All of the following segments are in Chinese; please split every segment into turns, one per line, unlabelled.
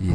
以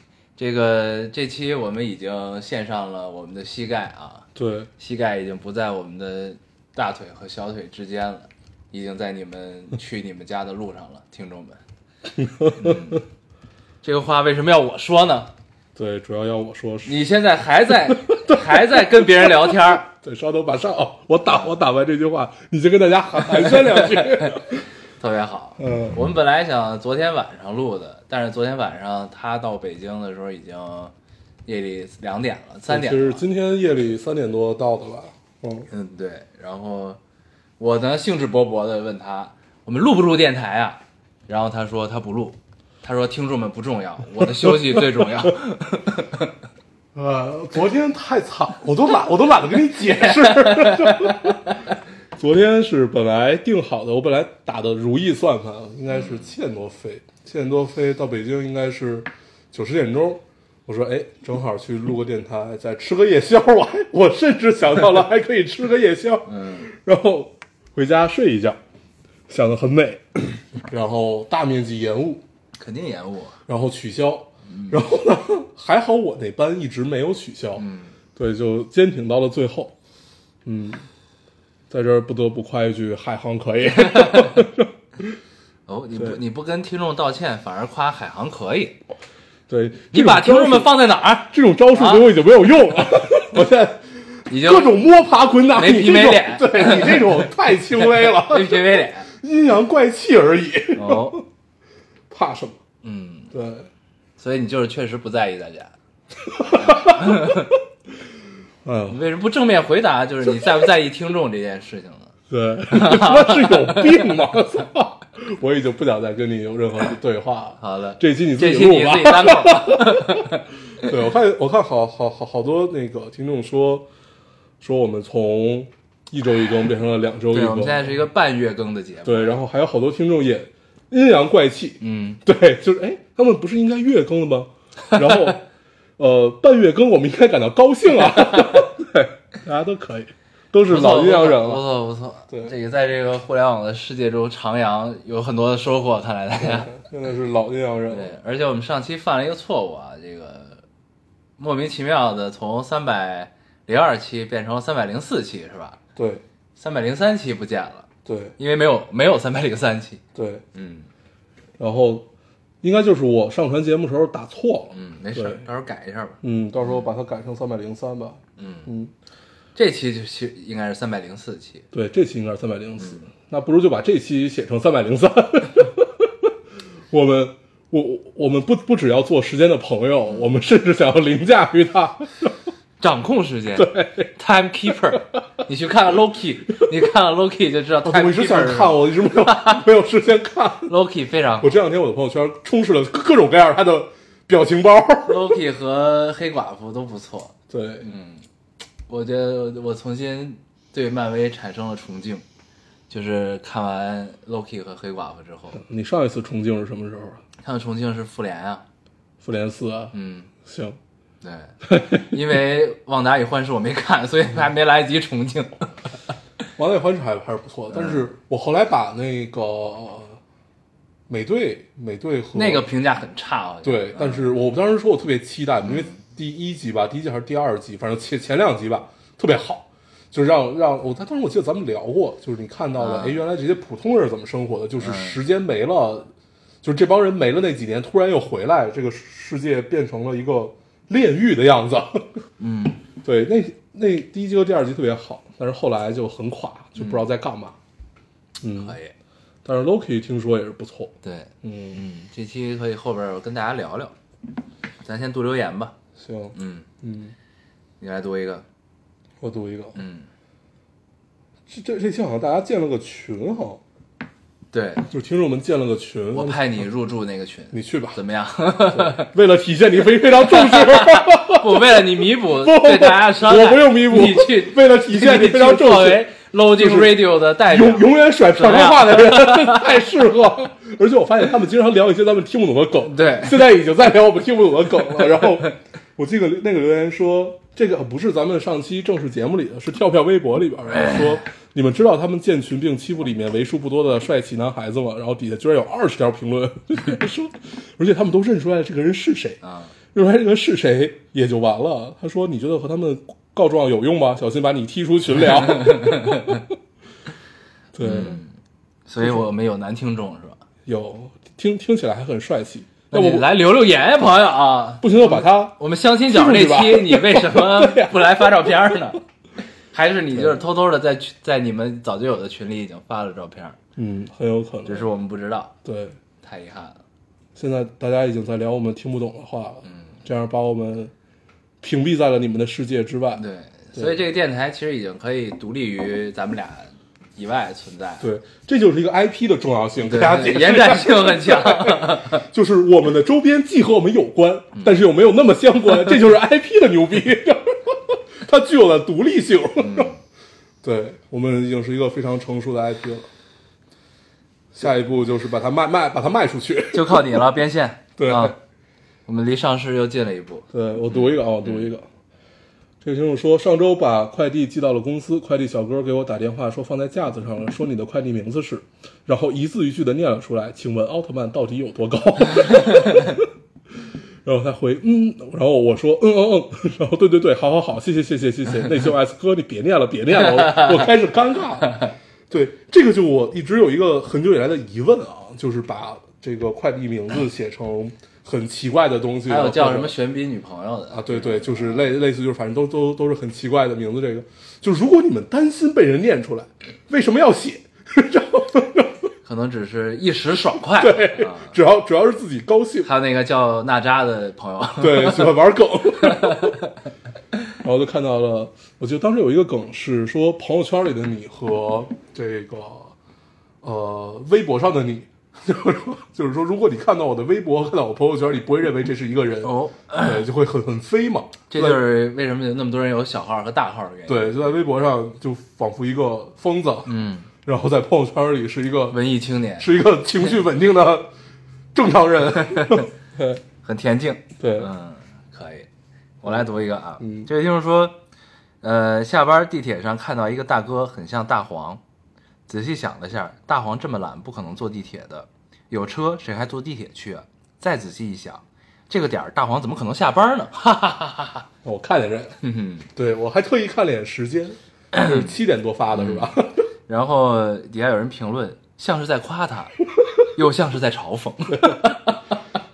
这个这期我们已经献上了我们的膝盖啊，
对，
膝盖已经不在我们的大腿和小腿之间了，已经在你们去你们家的路上了，听众们。嗯这个话为什么要我说呢？
对，主要要我说是，
你现在还在还在跟别人聊天儿，
对，稍等，马上哦，我打我打完这句话，你先跟大家寒寒暄两句。
特别好。
嗯
我们本来想昨天晚上录的，但是昨天晚上他到北京的时候已经夜里两点了，三点
就
了
是。今天夜里三点多到的吧？嗯，
嗯，对。然后我呢兴致勃勃的问他，我们录不录电台啊？然后他说他不录，他说听众们不重要，我的休息最重要。
呃，昨天太惨，我都懒，我都懒得跟你解释。 昨天是本来定好的，我本来打的如意算盘应该是七点多飞，七点多飞到北京应该是九十点钟。我说，哎，正好去录个电台，再吃个夜宵。我还我甚至想到了还可以吃个夜宵，嗯，然后回家睡一觉，想的很美，然后大面积延误，
肯定延误。
然后取消，
嗯
然后呢， 还好我那班一直没有取消，
嗯
对，就坚挺到了最后，嗯，在这儿不得不夸一句海航 可以，
哦，你不
对
你不跟听众道歉，反而夸海航可以。
对，
你把听众们
放
放在哪儿？
这种招数
啊
对我已经没有用 了，我现在
已经
各种摸爬滚打，
没
你
皮
这
没
种
脸
对你这种太轻微 了，
没皮没 脸。
阴阳怪气而已，
哦，
怕什么？
嗯，
对，
所以你就是确实不在意大家。
哎呦
你，为什么不正面回答？就是你在不在意听众这件事情呢？
对， 他是有病吗？ 我操！我已经不想再跟你有任何对话了。
好了，
这期你自
这
己
期
录
你自己
吧。
单口 吧。
对，我看我看好好好好多那个听众说说我们从一周一更变成了两周一
对，我
更
们现，在是一个半月更的节目。
对，然后还有好多听众也阴阳怪气，
嗯，
对，就是哎，他们不是应该月更了 吗？然后呃，半月更我们应该感到高 兴啊，对，大家都可以，都是
不错
老阴阳人
不
了，
错不错。
对
这个在这个互联网的世界中徜徉，有很多的收获。看来大家
真的是老阴阳人了，
对，而且我们上期犯了一个错误啊，这个莫名其妙的从三百零二期变成三百零四期是吧？
对
三百零三期不见了，
对
因为没有没有三百零三期。
对，
嗯
然后应该就是我上传节目时候打错了，
嗯，没事儿
对，
到时候改一下吧。
嗯，到时候把它改成三百零三吧，
嗯
嗯。
这期就其实应该是三百零四期，
对，这期应该是三百零四，那不如就把这期写成三百零三。 我们，我我我们不不只要做时间的朋友，我们甚至想要凌驾于他。
掌控时间， 对，time keeper。你去看看 Loki，你看看 Loki 就知道 time
哦我一直想
keeper 是什
看，
么。
我一直没有没有时间看。
Loki 非常好
我这两天我的朋友圈充斥了各种各样他的表情包。
，Loki 和黑寡妇都不错。
对，
嗯我觉得我重新对漫威产生了崇敬，就是看完 Loki 和黑寡妇之后，
你上一次重镜是什么时候啊？
看崇敬是复联啊，
复联四啊？
嗯，
行，
对，因为《旺达与幻视》我没看，所以还没来得及崇敬。
《王代环视》还还是不错的，但是我后来把那个美队、美队和
那个评价很差，我觉得
对，但是我当时说我特别期待，因为第一集吧，第一集还是第二集，反正前前两集吧特别好，就是让让我，他当时我记得咱们聊过，就是你看到了，
啊
哎、原来这些普通人是怎么生活的，就是时间没了，就是这帮人没了那几年，突然又回来，这个世界变成了一个炼狱的样子。
嗯，
对，那那第一集和第二集特别好，但是后来就很垮，就不知道在干嘛。嗯，
可以，
但是 Loki 听说也是不错。
对，
嗯，
嗯，这期可以后边儿我跟大家聊聊，咱先读留言吧。
行，
嗯，
嗯，
你来读一个。
我读一个，
嗯，
这这这期好像大家建了个群哈，
对，
就是听众们建了个群，
我派你入驻那个群，
你去吧，
怎么样？
为了体现你非非常重视，
我为了你弥补
不
对大家的伤害，
我不用弥补
你去
为了体现
你
你非常重
作
视
为，Loading
就是
Radio 的代表
永，永远甩漂亮话的人 太适合。而且我发现他们经常聊一些咱们听不懂的梗，
对
现在已经在聊我们听不懂的梗了。然后我记得那个留言说，这个呃不是咱们上期正式节目里的，是跳票微博里边儿
哎
然后说。你们知道他们建群并欺负里面为数不多的帅气男孩子吗？然后底下居然有二十条评论 说，而且他们都认出来这个人是谁
啊，
认出来这个是谁也就完了。他说：“你觉得和他们告状有用吗？小心把你踢出 群聊。”对，
嗯所以我们有男听众是吧？
有听听起来还很帅气。
那
要
你
不
来留留言呀，朋友啊！
不行就把他
我们相亲角那
是吧啊
期，你为什 么不来发照片呢？还是你就是偷偷的在群在你们早就有的群里已经发了照片，
嗯很有可能。
只是我们不知道，
对，
太遗憾了。
现在大家已经在聊我们听不懂的话了，嗯，这样把我们屏蔽在了你们的世界之外。
对，所以这个电台其实已经可以独立于咱们俩以外存在，
对，这就是一个 IP 的重要性，给
对，
大家解释
延
一下
展性很强。
就是我们的周边既和我们有关，但是又没有那么相关，这就是 IP 的牛逼， 它具有了独立性。 对我们已经是一个非常成熟的 IP 了，下一步就是把它卖卖，把它卖出去。
就靠你了，边线。
对
啊，我们离上市又近了一步。
对我读一
嗯
个啊，我读一个。这个听众说，上周把快递寄到了公司，快递小哥给我打电话说放在架子上了，说你的快递名字是，然后一字一句的念了出来。请问奥特曼到底有 多高？然后他回嗯，然后我说嗯嗯嗯， 然后对对对，好好好，谢谢谢谢 谢谢，内疚 S 哥，你别念了别念了，我我 开始尴 尬了。对，这个就我一直有一个很久以来的疑问啊，就是把这个快递名字写成很奇怪的东西，
还有叫什
或
么
者
玄彬女朋友的
啊，，对对，就是类类似，就是反正都都都是很奇怪的名字。这个，就如果你们担心被人念出来，为什么要写？然后
可能只是一时爽快。
对
啊，
只要只要是自己高兴，
还有那个叫娜扎的朋友，
对，喜欢玩梗。 然后就看到了，我记得当时有一个梗是说，朋友圈里的你和这个呃微博上的你，就是说，就是说，如果你看到我的微博，看到我朋友圈，你不会认为这是一个人，
哦，
对，就会很很飞嘛。
这就是为什么有那么多人有小号和大号的原因。，
对，就在微博上就仿佛一个疯子，
嗯，
然后在朋友圈里是一个
文艺青年
是一个情绪稳定的正常人。
很恬静。
对，
嗯，可以，我来读一个啊。
嗯
这位听众说，呃，下班地铁上看到一个大哥很像大黄，仔细想了下，大黄这么懒，不可能坐地铁的，有车谁还坐地铁去啊？再仔细一想，这个点儿大黄怎么可能下班呢？哈哈哈哈哈。
我看了人，
哼哼
对我还特意看了眼时间，就是七点多发的是 吧？
然后底下有人评论，像是在夸他，又像是在嘲 讽。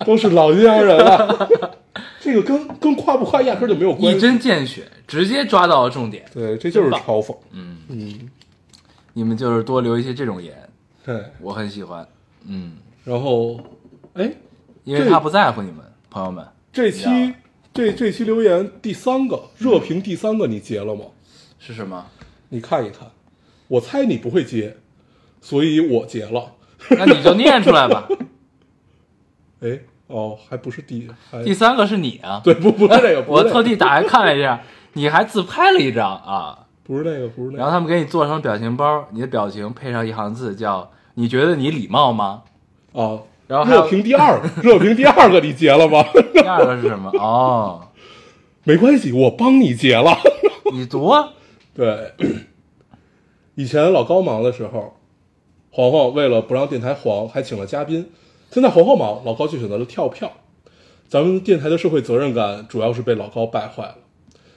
都是老阴阳人了， 这个跟跟夸不夸压根儿就没有关
一
系。
针见血，直接抓到了重点。
对，这就是嘲讽。
嗯，
嗯，
你们就是多留一些这种言，
对。
我很喜欢。嗯，
然后，哎，
因为
这
他不在乎你们，朋友们。
这期这这期留言第三个热评第三个你截了吗？
是什么？
你看一看，我猜你不会截，所以我截了。
那你就念出来 吧。
哎，哦，还不是第，还
第三个是你啊，
对，不不是这个，不
我
是那个
特地打开看了一下，你还自拍了一张啊。
不是那个，不是那个。
然后他们给你做成表情包，你的表情配上一行字叫“你觉得你礼貌吗
啊，
然后还有
热评第二，热评第二个你截了吗？？”
第二个是什么？哦，
没关系，我帮你截了。
你读 啊。
对，以前老高忙的时候，黄黄为了不让电台黄，还请了嘉宾。现在黄黄忙，老高却选择了跳票。咱们电台的社会责任感主要是被老高败坏了，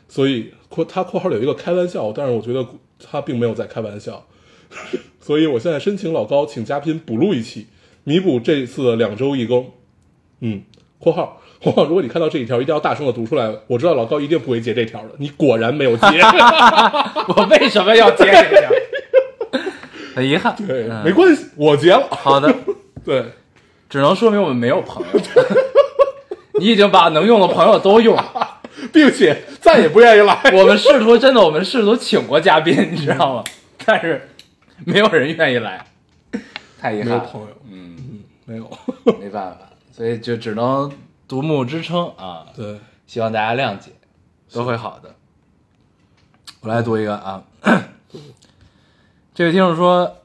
所以括他括号里有一个开玩笑，但是我觉得他并没有在开玩笑， 所以我现在申请老高请嘉宾补录一期，弥补这次的两周一更。嗯，括号括号，如果你看到这一条，一定要大声的读出来。我知道老高一定不会截这条的，你果然没有截。
我为什么要截这张？很遗憾，
对，
嗯
没关系，我结了。
好的，
对，
只能说明我们没有朋友。 你已经把能用的朋友都用了。
并且再也不愿意来。
我们试图真的，我们试图请过嘉宾，你知道吗？但是没有人愿意来。太遗
没
憾
有
了，
朋友，
嗯，
没有。
没办法，所以就只能独木支撑啊。
对，
希望大家谅解，都会好的。我来读一个 啊，这位听众说，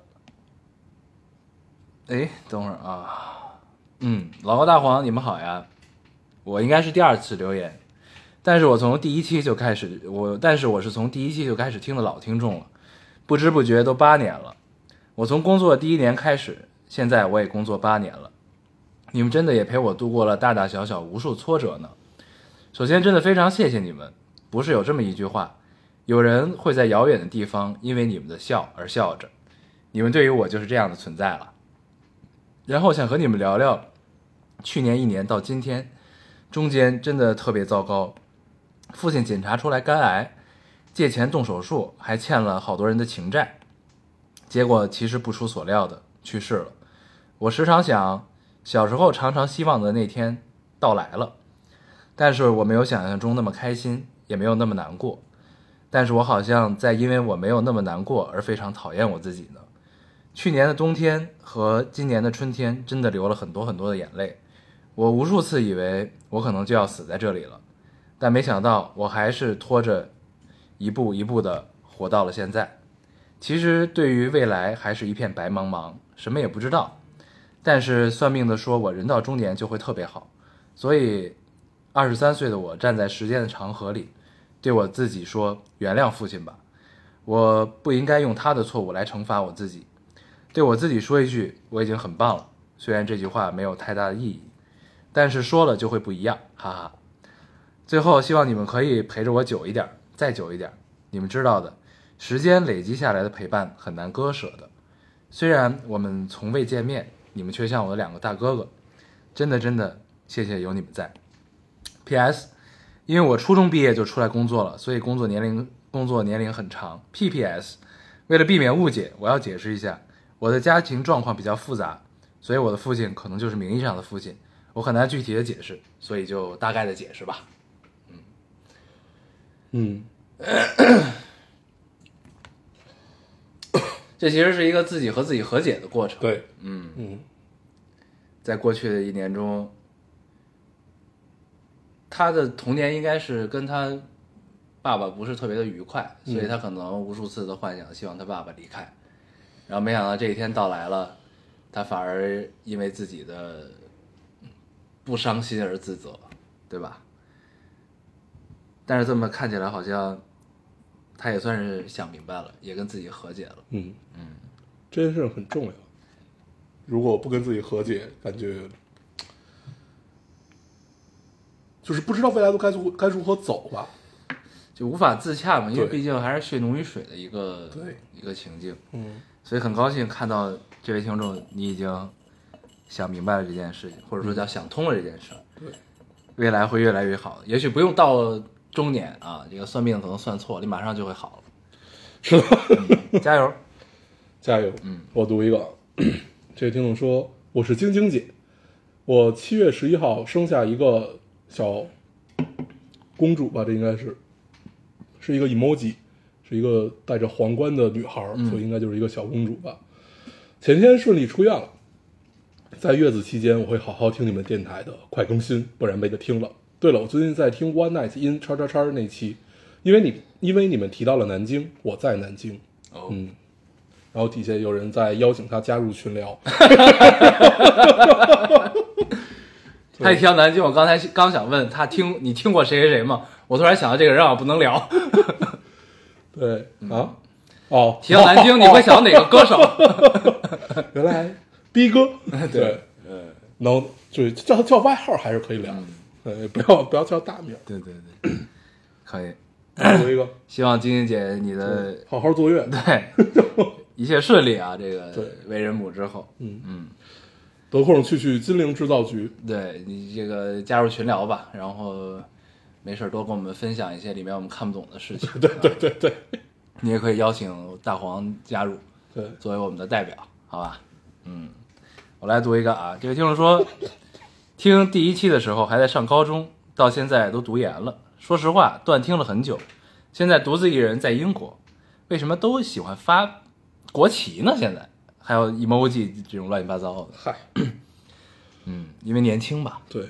哎，等会儿啊，嗯，老高大黄，你们好呀，我应该是第二次留言，但是我从第一期就开始，我但是我是从第一期就开始听的老听众了，不知不觉都八年了，我从工作第一年开始，现在我也工作八年了，你们真的也陪我度过了大大小小无数挫折呢。首先，真的非常谢谢你们。不是有这么一句话，有人会在遥远的地方因为你们的笑而笑着，你们对于我就是这样的存在了。然后想和你们聊聊，去年一年到今天，中间真的特别糟糕，父亲检查出来肝癌，借钱动手术，还欠了好多人的情债，结果其实不出所料的去世了。我时常想，小时候常常希望的那天到来了。但是我没有想象中那么开心，也没有那么难过。但是我好像在因为我没有那么难过而非常讨厌我自己呢。去年的冬天和今年的春天真的流了很多很多的眼泪，我无数次以为我可能就要死在这里了，但没想到我还是拖着一步一步的活到了现在。其实对于未来还是一片白茫茫，什么也不知道。但是算命的说我人到中年就会特别好，所以二十三岁的我站在时间的长河里，对我自己说：“原谅父亲吧，我不应该用他的错误来惩罚我自己。”对我自己说一句：“我已经很棒了。”虽然这句话没有太大的意义，但是说了就会不一样，哈哈。最后，希望你们可以陪着我久一点，再久一点。你们知道的，时间累积下来的陪伴很难割舍的。虽然我们从未见面，你们却像我的两个大哥哥。真的，真的，谢谢有你们在。P.S. 因为我初中毕业就出来工作了，所以工作年龄工作年龄很长。P.P.S. 为了避免误解，我要解释一下，我的家庭状况比较复杂，所以我的父亲可能就是名义上的父亲，我很难具体的解释，所以就大概的解释吧。
嗯，
这其实是一个自己和自己和解的过程。，
对，
嗯，
嗯，
在过去的一年中，他的童年应该是跟他爸爸不是特别的愉快，所以他可能无数次的幻想希望他爸爸离开，然后没想到这一天到来了，他反而因为自己的不伤心而自责，对吧？但是这么看起来好像。他也算是想明白了，也跟自己和解了。
嗯嗯，这件事很重要。如果不跟自己和解，感觉就是不知道未来路该如该如何走吧。
就无法自洽嘛，因为
对
毕竟还是血浓于水的一个
对
一个情境，
嗯，
所以很高兴看到这位听众，你已经想明白了这件事情，或者说叫想通了这件事，
对，
未来会越来越好，也许不用到中年啊，这个算命可能算错了，你马上就会好
是的，
了，加油！
加油。嗯，我读一个啊， 这位听众说：“我是晶晶姐，我七月十一号生下一个小公主吧，这应该是是一个 emoji，是一个戴着皇冠的女孩儿，所以应该就是一个小公主吧。前天顺利出院了，在月子期间我会好好听你们电台的快更新，不然没得听了。对了，我最近在听 One Night in 叉叉叉那期，因为你因为你们提到了南京，我在南京，
哦
嗯。”然后底下有人在邀请他加入群聊，
他一提到南京，我刚才刚想问他听你听过谁谁谁吗？我突然想到这个人啊，不能聊。
对啊，哦，
提到南京，你会想到哪个歌手？
原来逼哥，对，
嗯，
然后就是叫叫外号还是可以聊，呃，不要不要叫大名。
对对对，可以。
读一个，
希望晶晶姐你的
好好坐月。
对，一切顺利啊！这
对
个为人母之后，
嗯
嗯，
得空去去金陵制造局，
对你这个加入群聊吧，然后没事儿多跟我们分享一些里面我们看不懂的事情。对对对
对，
你也可以邀请大黄加入，
对，
作为我们的代表，好吧？嗯，我来读一个啊，这位听众说，听第一期的时候还在上高中，到现在都读研了。说实话，断听了很久，现在独自一人在英国。为什么都喜欢发国旗呢？现在还有 emoji 这种乱七八糟的。
嗨，
嗯，因为年轻吧，
对，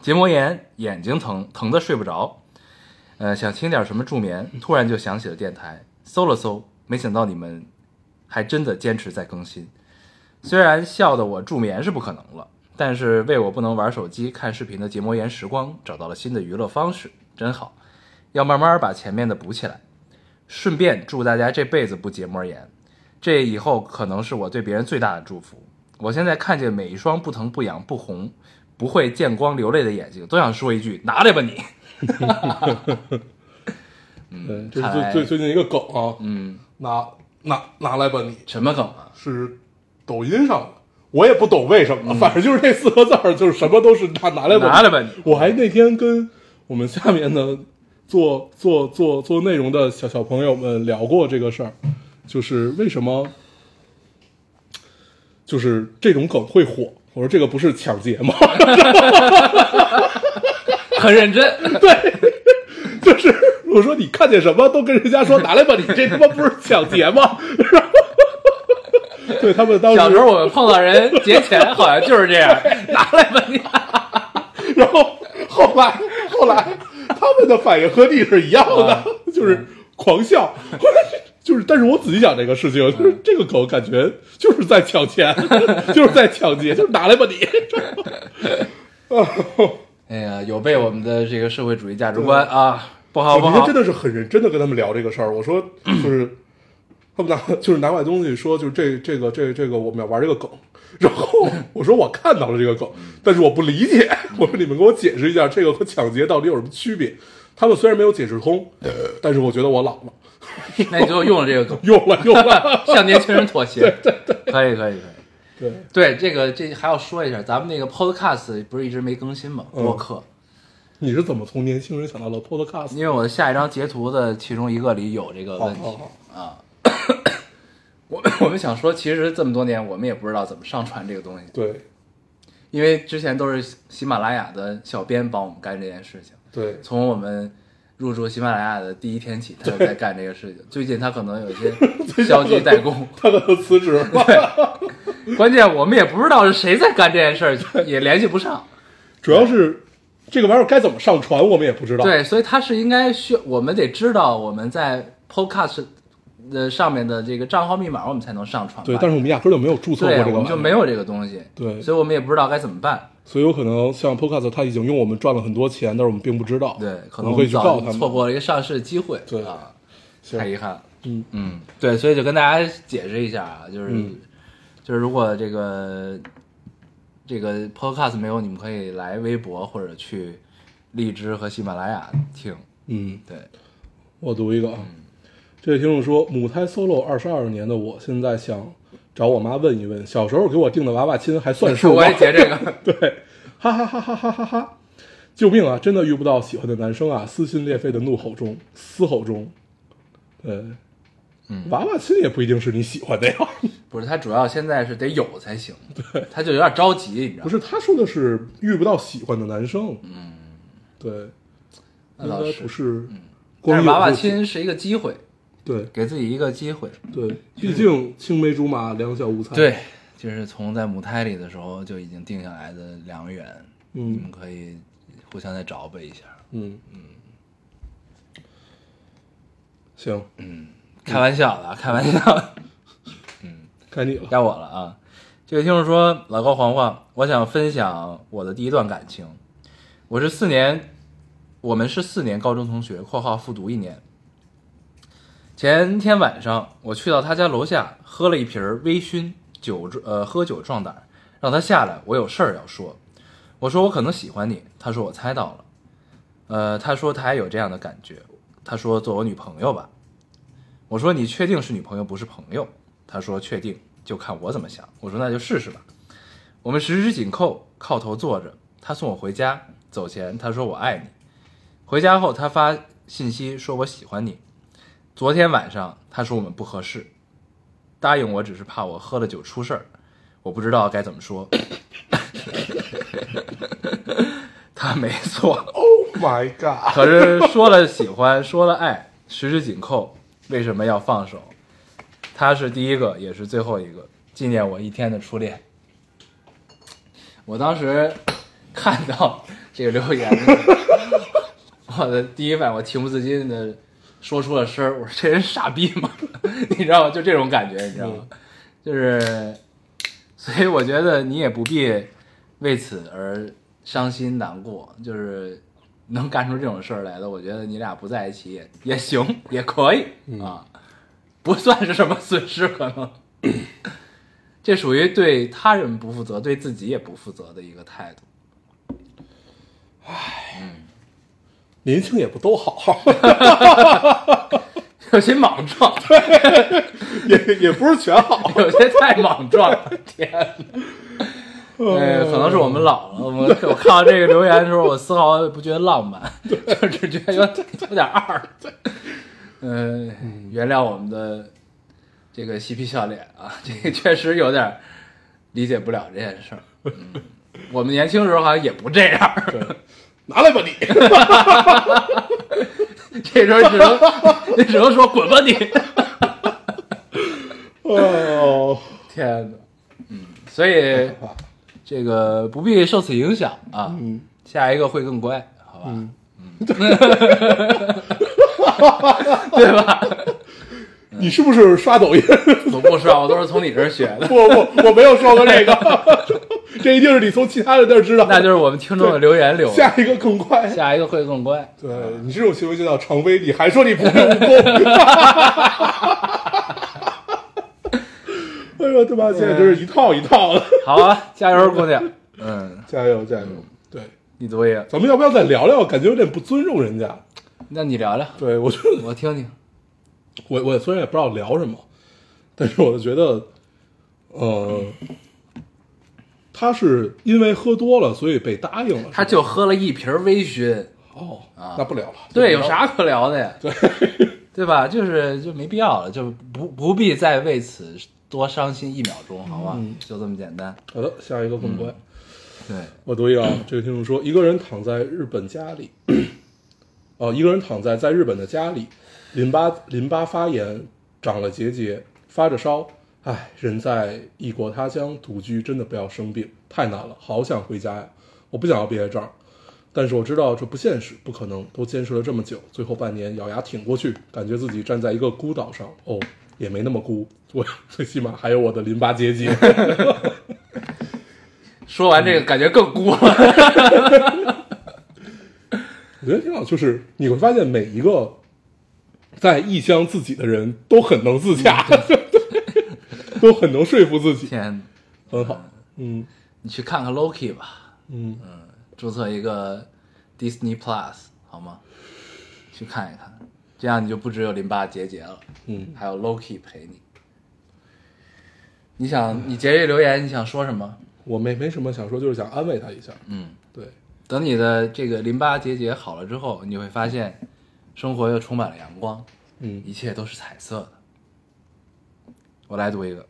结膜炎，眼睛疼，疼的睡不着，呃，想听点什么助眠，突然就想起了电台，搜了搜，没想到你们还真的坚持在更新。虽然笑的我助眠是不可能了，但是为我不能玩手机、看视频的结膜炎时光找到了新的娱乐方式，真好。要慢慢把前面的补起来。顺便祝大家这辈子不结膜炎，这以后可能是我对别人最大的祝福。我现在看见每一双不疼不痒不红、不会见光流泪的眼睛，都想说一句：拿来吧你！
嗯，这是
看来
最最最近一个梗啊，
嗯，
拿拿拿来吧你，
什么梗啊？
是抖音上的，我也不懂为什么，反正就是这四个字儿，就是什么都是拿拿来吧你
嗯拿来吧你！
我还那天跟我们下面的做做做做内容的小小朋友们聊过这个事儿，就是为什么就是这种梗会火。我说这个不是抢劫吗？
很认 真，
就是我说你看见什么都跟人家说拿来吧你，这他妈不是抢劫吗？ 然后对他们当时
小时候我们碰到人劫钱，好像就是 这样，拿来吧你！
然后后来后来他们的反应和你是一样的，
啊
就是狂笑。 后来就是，但是我仔细想这个事情，就是这个狗感觉就是在抢钱， 就是在抢劫，就是拿来吧你。
哎呀，有悖我们的这个社会主义价值观啊，不好不
我那
好
天真，的是很认真的跟他们聊这个事儿，我说就是。他们拿就是拿块东西说，就是这这个这个、这个我们要玩这个梗，然后我说我看到了这个梗，但是我不理解，我说你们给我解释一下这个和抢劫到底有什么区别？他们虽然没有解释通，但是我觉得我老了，
那你就用了这个 梗。
用了用 了，
向年轻人妥协。对对可以可以可以。
对
对，这个这还要说一下，咱们那个 Podcast 不是一直没更新吗？播客，
你是怎么从年轻人想到了 podcast？
因为我的下一张截图的其中一个里有这个
好
问题
好好，
我我们想 说，其实这么多年我们也不知道怎么上传这个东西，
对
因为之前都是喜马拉雅的小编帮我们干这件事情，
对，
从我们。入驻喜马拉雅的第一天起，他就在干这个事情。最近他可能有一 些消极怠工，
他可能辞职了，
关键我们也不知道是谁在干这件事儿，也联系不 上。
主要是这个玩意儿该怎么上传，我们也不知道。
对，所以它是应该需我们得知道我们在 Podcast 的上面的这个账号密码，我们才能上传吧。
对，但是我们压根儿就没有注册过
对
这个
我们
玩意
就
儿，
没有这个东西，
对
所以我们也不知道该怎么办。
所以有可能像 podcast，他已经用我们赚了很多钱，但是我们并不知道。
对，可
哦
能
我们
我
会
们
去告
早
他
就
们。
错过了一个上市的机会，
对
啊，
行
太遗憾了。
嗯
嗯，对，所以就跟大家解释一下啊，就是、
嗯
就是如果这个这个 Podcast 没有，你们可以来微博或者去荔枝和喜马拉雅听。
嗯，
对，
我读一个啊，这位听众说，母胎 solo 二十二年的我，现在想找我妈问一问，小时候给我定的娃娃亲还算数吗？
我也截这个。
对，哈哈哈哈哈哈哈！救命啊！真的遇不到喜欢的男生啊！撕心裂肺的怒吼中，嘶吼中，呃，
嗯
娃娃亲也不一定是你喜欢的呀。
不是，他主要现在是得有才行，对，他就有点着急，你知道吗？
不是，他说的是遇不到喜欢的男生。嗯，对，
那
应
倒
该
是嗯
不是
但
光
是
有
娃娃
就喜。
亲是一个机会，
对
给自己一个机会。
对，毕竟青梅竹马，两小无猜。，，
就是从在母胎里的时候就已经定下来的良缘，你们
嗯
可以互相再找补一下。
嗯嗯，行，
开玩笑的，啊，开玩笑的，
该你了。
该我了啊！这个听众说，老高黄黄，我想分享我的第一段感情。我是四年，我们是四年高中同学（括号复读一年）。前天晚上，我去到他家楼下，喝了一瓶儿微醺酒，呃，喝酒壮胆，让他下来，我有事儿要说。我说我可能喜欢你，他说我猜到了，呃，他说他也有这样的感觉，他说做我女朋友吧。我说你确定是女朋友不是朋友？他说确定，就看我怎么想。我说那就试试吧。我们十指紧扣，靠头坐着。他送我回家，走前他说我爱你。回家后他发信息说我喜欢你。昨天晚上他说我们不合适，答应我只是怕我喝了酒出事儿，我不知道该怎么说。 他没错。
Oh my god！
可是说了喜欢，说了爱，十指紧扣，为什么要放手？他是第一个，也是最后一个，纪念我一天的初恋。我当时看到这个留言，我的第一反应，我情不自禁的说出了声儿，我说这人傻逼吗？ 你知道吗？就这种感觉，你知道吗？就是，所以我觉得你也不必为此而伤心难过，就是能干出这种事儿来的，我觉得你俩不在一起也也行，也可以、啊，不算是什么损失，可能。这属于对他人不负责，对自己也不负责的一个态度。
年轻也不都好，
有些莽撞，
也也不是全好。
有些太莽撞了，天哪！哎，可能是我们老了。我我看到这个留言的时候，我丝毫不觉得浪漫， 就只觉得有点有点二。嗯、原谅我们的这个嬉皮笑脸啊，这个确实有点理解不了这件事儿。嗯，我们年轻时候好像也不这样，
拿来吧你，
这时候只能你只能说滚吧你。
哦，
天哪，嗯，所以
怕
这个不必受此影响啊。
嗯，
下一个会更乖，好吧？嗯，对吧？嗯
你是不是刷抖音？
我不说，我都是从你这儿学的，
不不，我没有说过这个， 这一定是你从其他的地儿知道。
那就是我们听众的留言留的。
下一个更快。
下一个会更乖，
对你这种行为就叫常威，你还说你不会武功？ 哎呦，对吧？现在真是一套一套的，
好啊，加油，姑娘，嗯，
加油加油！对，
你作业，
咱们要不要再聊聊？感觉有点不尊重人家。
那你聊聊，
对我觉得嗯
我听听，
我我虽然也不知道聊什么，但是我就觉得，呃，他是因为喝多了，所以被答应了。
他就喝了一瓶微醺，
哦，那不聊了。
对，有
就不聊
啥可聊的呀？对，吧？就是就没必要了，就不不必再为此多伤心一秒钟，好吧？就这么简单。
好的，下一个更乖。
对，
我读一个啊，这个听众说，一个人躺在日本家里，哦、一个人躺在在日本的家里，淋巴淋巴发炎，长了结节，发着烧，唉，人在异国他乡独居，真的不要生病，太难了，好想回家呀，我不想要毕业证，但是我知道这不现实，不可能，都坚持了这么久，最后半年咬牙挺过去，感觉自己站在一个孤岛上，哦，也没那么孤，我 最起码还有我的淋巴结节。
说完这个，感觉更孤了。
我觉得挺好，就是你会发现每一个在异乡自己的人都很能自洽， 都很能说服自己，
嗯天，
很好。嗯
你去看看 Loki 吧，
嗯，
注册一个 Disney Plus 好吗？去看一看，这样你就不只有淋巴结节了，
嗯，
还有 Loki 陪你。你想，你截这留言，你想说什么？
我没没什么想说，就是想安慰他一下。
嗯，
对，
等你的这个淋巴结节好了之后，你会发现，生活又充满了阳光，
嗯
一切都是彩色的。我来读一个，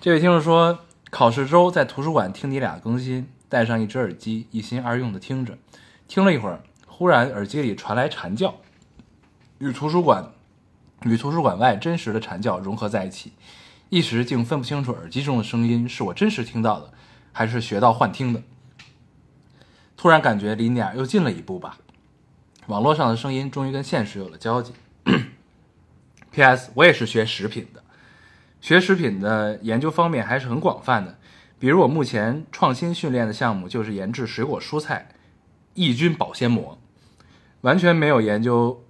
这位听众说，考试周在图书馆听你俩更新，戴上一只耳机，一心二用的听着，听了一会儿，忽然耳机里传来蝉叫，与图书馆与图书馆外真实的蝉叫融合在一起，一时竟分不清楚耳机中的声音是我真实听到的，还是学到幻听的。突然感觉离你俩又近了一步吧。网络上的声音终于跟现实有了交集。P.S. 我也是学食品的，学食品的研究方面还是很广泛的。比如我目前创新训练的项目就是研制水果蔬菜抑菌保鲜膜，完全没有研究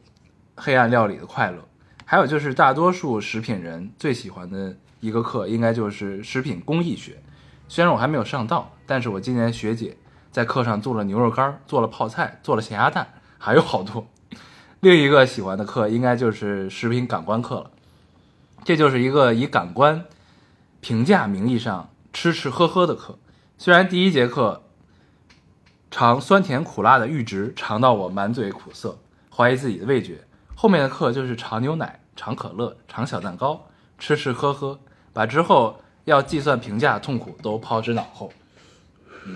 黑暗料理的快乐。还有就是大多数食品人最喜欢的一个课，应该就是食品工艺学。虽然我还没有上到，但是我今年学姐在课上做了牛肉干，做了泡菜，做了咸鸭蛋，还有好多。另一个喜欢的课应该就是食品感官课了，这就是一个以感官评价名义上吃吃喝喝的课。虽然第一节课尝酸甜苦辣的阈值尝到我满嘴苦涩，怀疑自己的味觉，后面的课就是尝牛奶、尝可乐、尝小蛋糕，吃吃喝喝，把之后要计算评价的痛苦都抛之脑后。嗯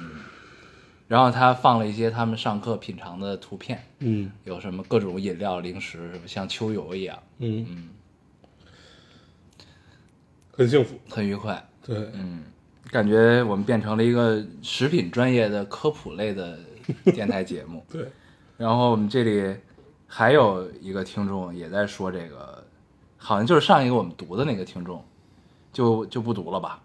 然后他放了一些他们上课品尝的图片，
嗯
有什嗯么各种饮料、零食，什么像秋游一样。
嗯，很幸福。
很愉快。
对，。
嗯感觉我们变成了一个食品专业的科普类的电台节目
对，
然后我们这里还有一个听众也在说这个，好像就是上一个我们读的那个听众，就就不读了吧。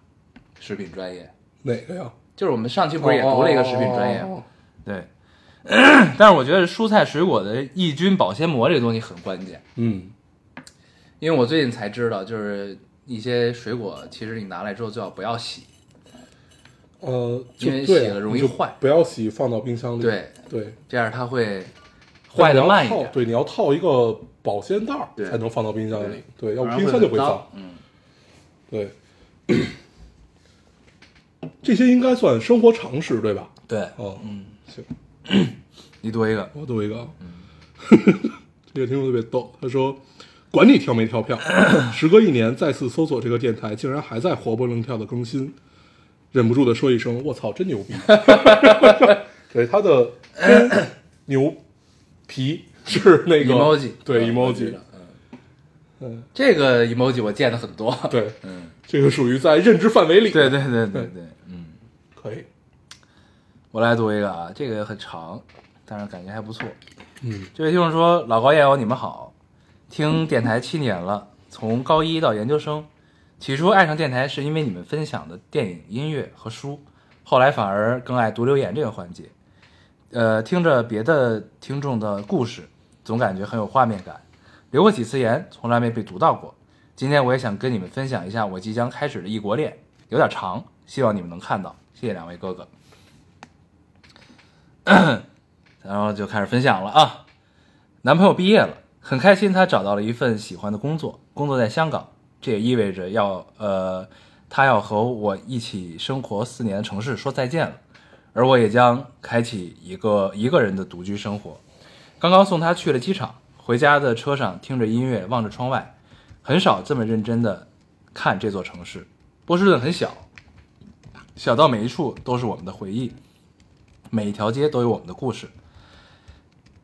食品专业，
哪个呀？
就是我们上期不是也读了一个食品专业？
哦哦哦哦
哦对。 但是我觉得蔬菜水果的抑菌保鲜膜这个东西很关键，
嗯，
因为我最近才知道，就是一些水果其实你拿来之后最好不要洗，
呃，就
因为
对
洗了容易
你就
坏
不要洗，放到冰箱里。
对
对，
这样它会坏的慢一
你要
点
套。对，你要套一个保鲜袋儿
对
才能放到冰箱里，对，要
不然
不冰箱就
会很
会脏
脏。。嗯，
对，这些应该算生活常识，对吧？
对，
哦，嗯，行，
你读一个。
我读一个啊，
嗯
这个听众特别逗，他说：“管你跳没跳票，时隔一年再次搜索这个电台，竟然还在活蹦乱跳的更新，忍不住的说一声‘我操，真 牛逼’。”对，他的真牛皮是那个
emoji
对
嗯我知
emoji，
道嗯，这个 emoji 我见的很多。
对，
嗯，
这个属于在认知范围 里，
对，对对对对，嗯，
可以，
我来读一个啊，这个很长，但是感觉还不错。
嗯，
这位听众说：“老高、燕友，你们好，听电台七年了，从高一到研究生，起初爱上电台是因为你们分享的电影、音乐和书，后来反而更爱读留言这个环节。呃，听着别的听众的故事，总感觉很有画面感，留过几次言，从来没被读到过。今天我也想跟你们分享一下我即将开始的异国恋，有点长，希望你们能看到。谢谢两位哥 哥。”然后就开始分享了啊。男朋友毕业了，很开心，他找到了一份喜欢的工作，工作在香港，这也意味着要呃，他要和我一起生活四年的城市说再见了，而我也将开启一个一个人的独居生活。刚刚送他去了机场，回家的车上听着音乐，望着窗外，很少这么认真的看这座城市。波士顿很小，小到每一处都是我们的回忆，每一条街都有我们的故事。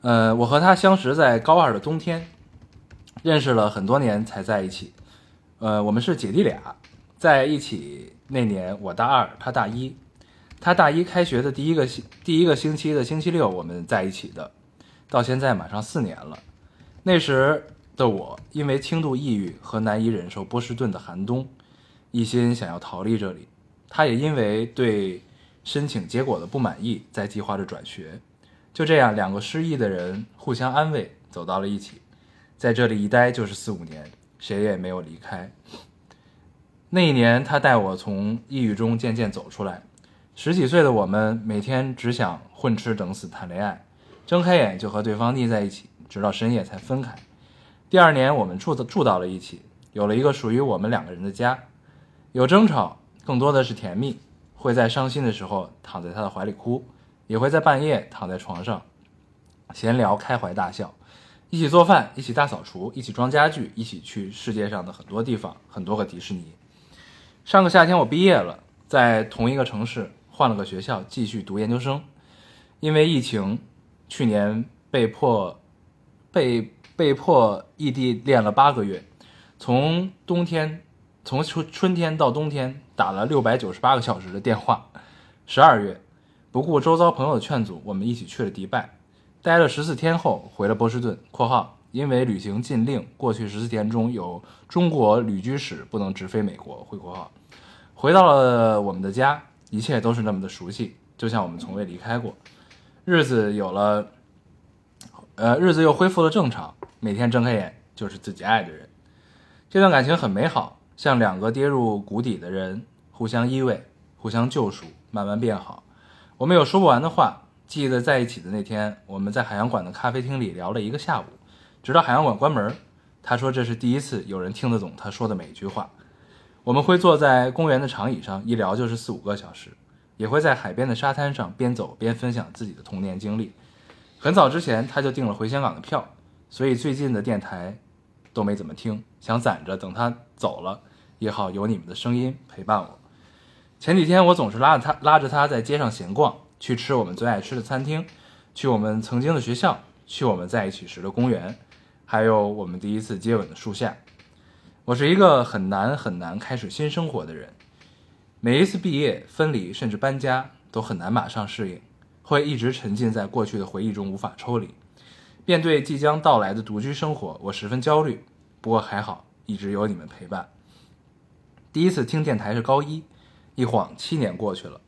呃，我和他相识在高二的冬天，认识了很多年才在一起。呃，我们是姐弟俩，在一起那年我大二，他大一。他大一开学的第一个星第一个星期的星期六，我们在一起的，到现在马上四年了。那时的我因为轻度抑郁和难以忍受波士顿的寒冬，一心想要逃离这里。他也因为对申请结果的不满意，在计划着转学。就这样，两个失意的人互相安慰，走到了一起，在这里一待就是四五年，谁也没有离开。那一年，他带我从抑郁中渐渐走出来。十几岁的我们，每天只想混吃等死谈恋爱，睁开眼就和对方腻在一起，直到深夜才分开。第二年，我们住的住到了一起，有了一个属于我们两个人的家，有争吵，更多的是甜蜜。会在伤心的时候躺在他的怀里哭，也会在半夜躺在床上闲聊、开怀大笑，一起做饭，一起大扫除，一起装家具，一起去世界上的很多地方，很多个迪士尼。上个夏天我毕业了，在同一个城市换了个学校继续读研究生，因为疫情，去年被迫被被迫异地恋了八个月，从冬天，从春春天到冬天，打了六百九十八个小时的电话。十二月，不顾周遭朋友的劝阻，我们一起去了迪拜，待了十四天后回了波士顿（括号因为旅行禁令，过去十四天中有中国旅居史不能直飞美国）回括号，回到了我们的家，一切都是那么的熟悉，就像我们从未离开过。日子有了，呃，日子又恢复了正常，每天睁开眼就是自己爱的人。这段感情很美好，像两个跌入谷底的人互相依偎、互相救赎，慢慢变好。我们有说不完的话。记得在一起的那天，我们在海洋馆的咖啡厅里聊了一个下午，直到海洋馆关门。他说这是第一次有人听得懂他说的每一句话。我们会坐在公园的长椅上，一聊就是四五个小时，也会在海边的沙滩上边走边分享自己的童年经历。很早之前他就订了回香港的票，所以最近的电台都没怎么听，想攒着等他走了也好有你们的声音陪伴我。前几天我总是拉着他拉着他在街上闲逛，去吃我们最爱吃的餐厅，去我们曾经的学校，去我们在一起时的公园，还有我们第一次接吻的树下。我是一个很难很难开始新生活的人，每一次毕业、分离甚至搬家都很难马上适应，会一直沉浸在过去的回忆中无法抽离。面对即将到来的独居生活，我十分焦虑。不过还好，一直有你们陪伴。第一次听电台是高一，一晃七年过去了。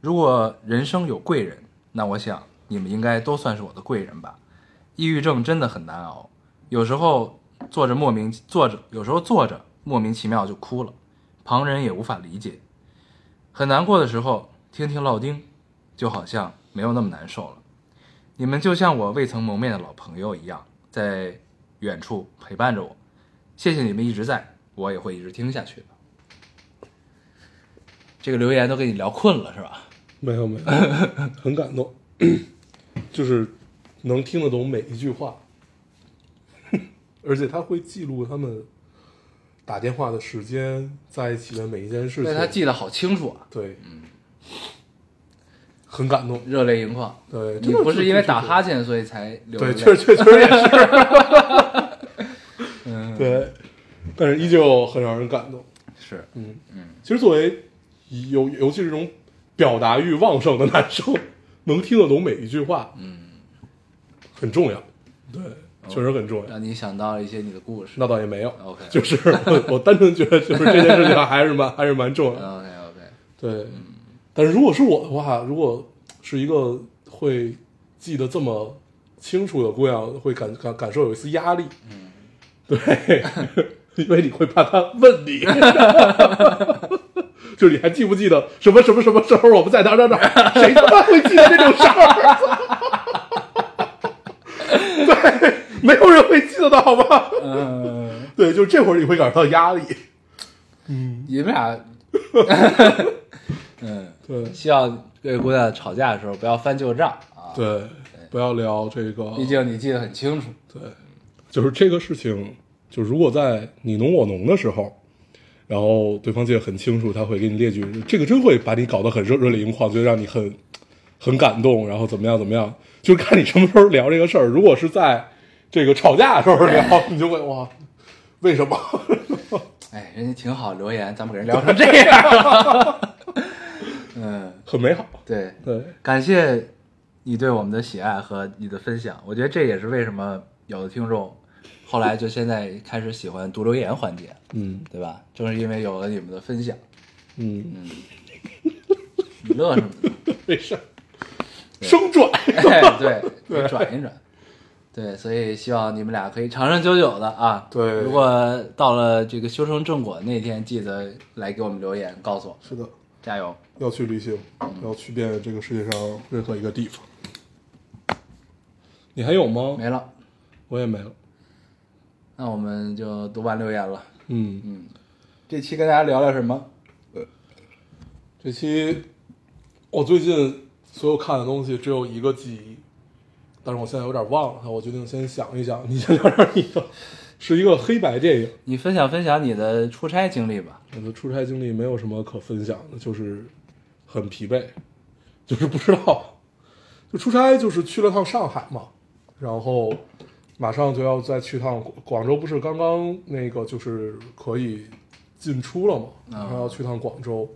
如果人生有贵人，那我想你们应该都算是我的贵人吧。抑郁症真的很难熬，有时候坐着莫名坐着，有时候坐着莫名其妙就哭了，旁人也无法理解。很难过的时候，听听老丁，就好像没有那么难受了。你们就像我未曾谋面的老朋友一样，在远处陪伴着我。谢谢你们一直在，我也会一直听下去的。这个留言都给你聊困了是吧？
没 有没有，很感动， 就是能听得懂每一句话， 而且他会记录他们打电话的时间，在一起的每一件事
对
情，
他记得好清楚啊，
对，很感动，
热泪盈眶。
对，
你
真的
嗯不是因为打哈
欠，
欠所以才流的
对，
泪？
确确确实也是， 对，但是依旧很让人感动。
是
嗯，嗯，其实作为尤尤其是这种表达欲旺盛的男生，能听得懂每一句话，嗯，很重要，对，确实很重要。
让你想到了一些你的故事。
那倒也没有
OK
就是我我单纯觉得，就是这件事情还是蛮还是蛮重要的。
OK OK，
对，但是如果是我的话，如果是一个会记得这么清楚的姑娘，会感感感受有一丝压力。嗯，对， 因为你会怕她问你， 就是你还记不记得什么什么什么时候我们在哪儿哪儿哪儿，谁他妈会记得这种事儿？ 对，没有人会记得的好吗？
嗯，
对，就这会儿你会感受到压力。
你们 俩，嗯，
对，
希望各位姑娘吵架的时候不要翻旧账啊。，
对，不要聊这个，
毕竟你记得很清楚。
对，就是这个事情，就如果在你侬我侬的时候，然后对方记得很清楚，他会给你列举，这个真会把你搞得很热热泪盈眶，就让你很很感动，然后怎么样怎么样，就是看你什么时候聊这个事儿。如果是在这个吵架的时候聊， 你就会哇，为什么？
哎，人家挺好，留言咱们给人聊成这样了。嗯，
很美好。
对，
对，
感谢你对我们的喜爱和你的分享，我觉得这也是为什么有的听众后来就现在开始喜欢读留言环节，
嗯
对吧？正是因为有了你们的分享，
嗯，
你乐什么 呢？
没事儿，生转。
哎对，对，转一转。对，所以希望你们俩可以长长久久的啊！
对
如果到了这个修成正果那天，记得来给我们留言，告诉我，
是的，
加油！
要去旅行，要去遍这个世界上任何一个地方。你还有吗？
没了，
我也没了。
那我们就读完留言了。
嗯，
这期跟大家聊聊什么？
这期我最近所有看的东西只有一个记忆，但是我现在有点忘了，我决定先想一想。你先聊聊你的，是一个黑白电影。
你分享分享你的出差经历吧。
我的出差经历没有什么可分享的，就是很疲惫，就是不知道，就出差就是去了趟上海嘛，然后马上就要再去趟广州，不是刚刚那个就是可以进出了嘛，然后要去趟广州，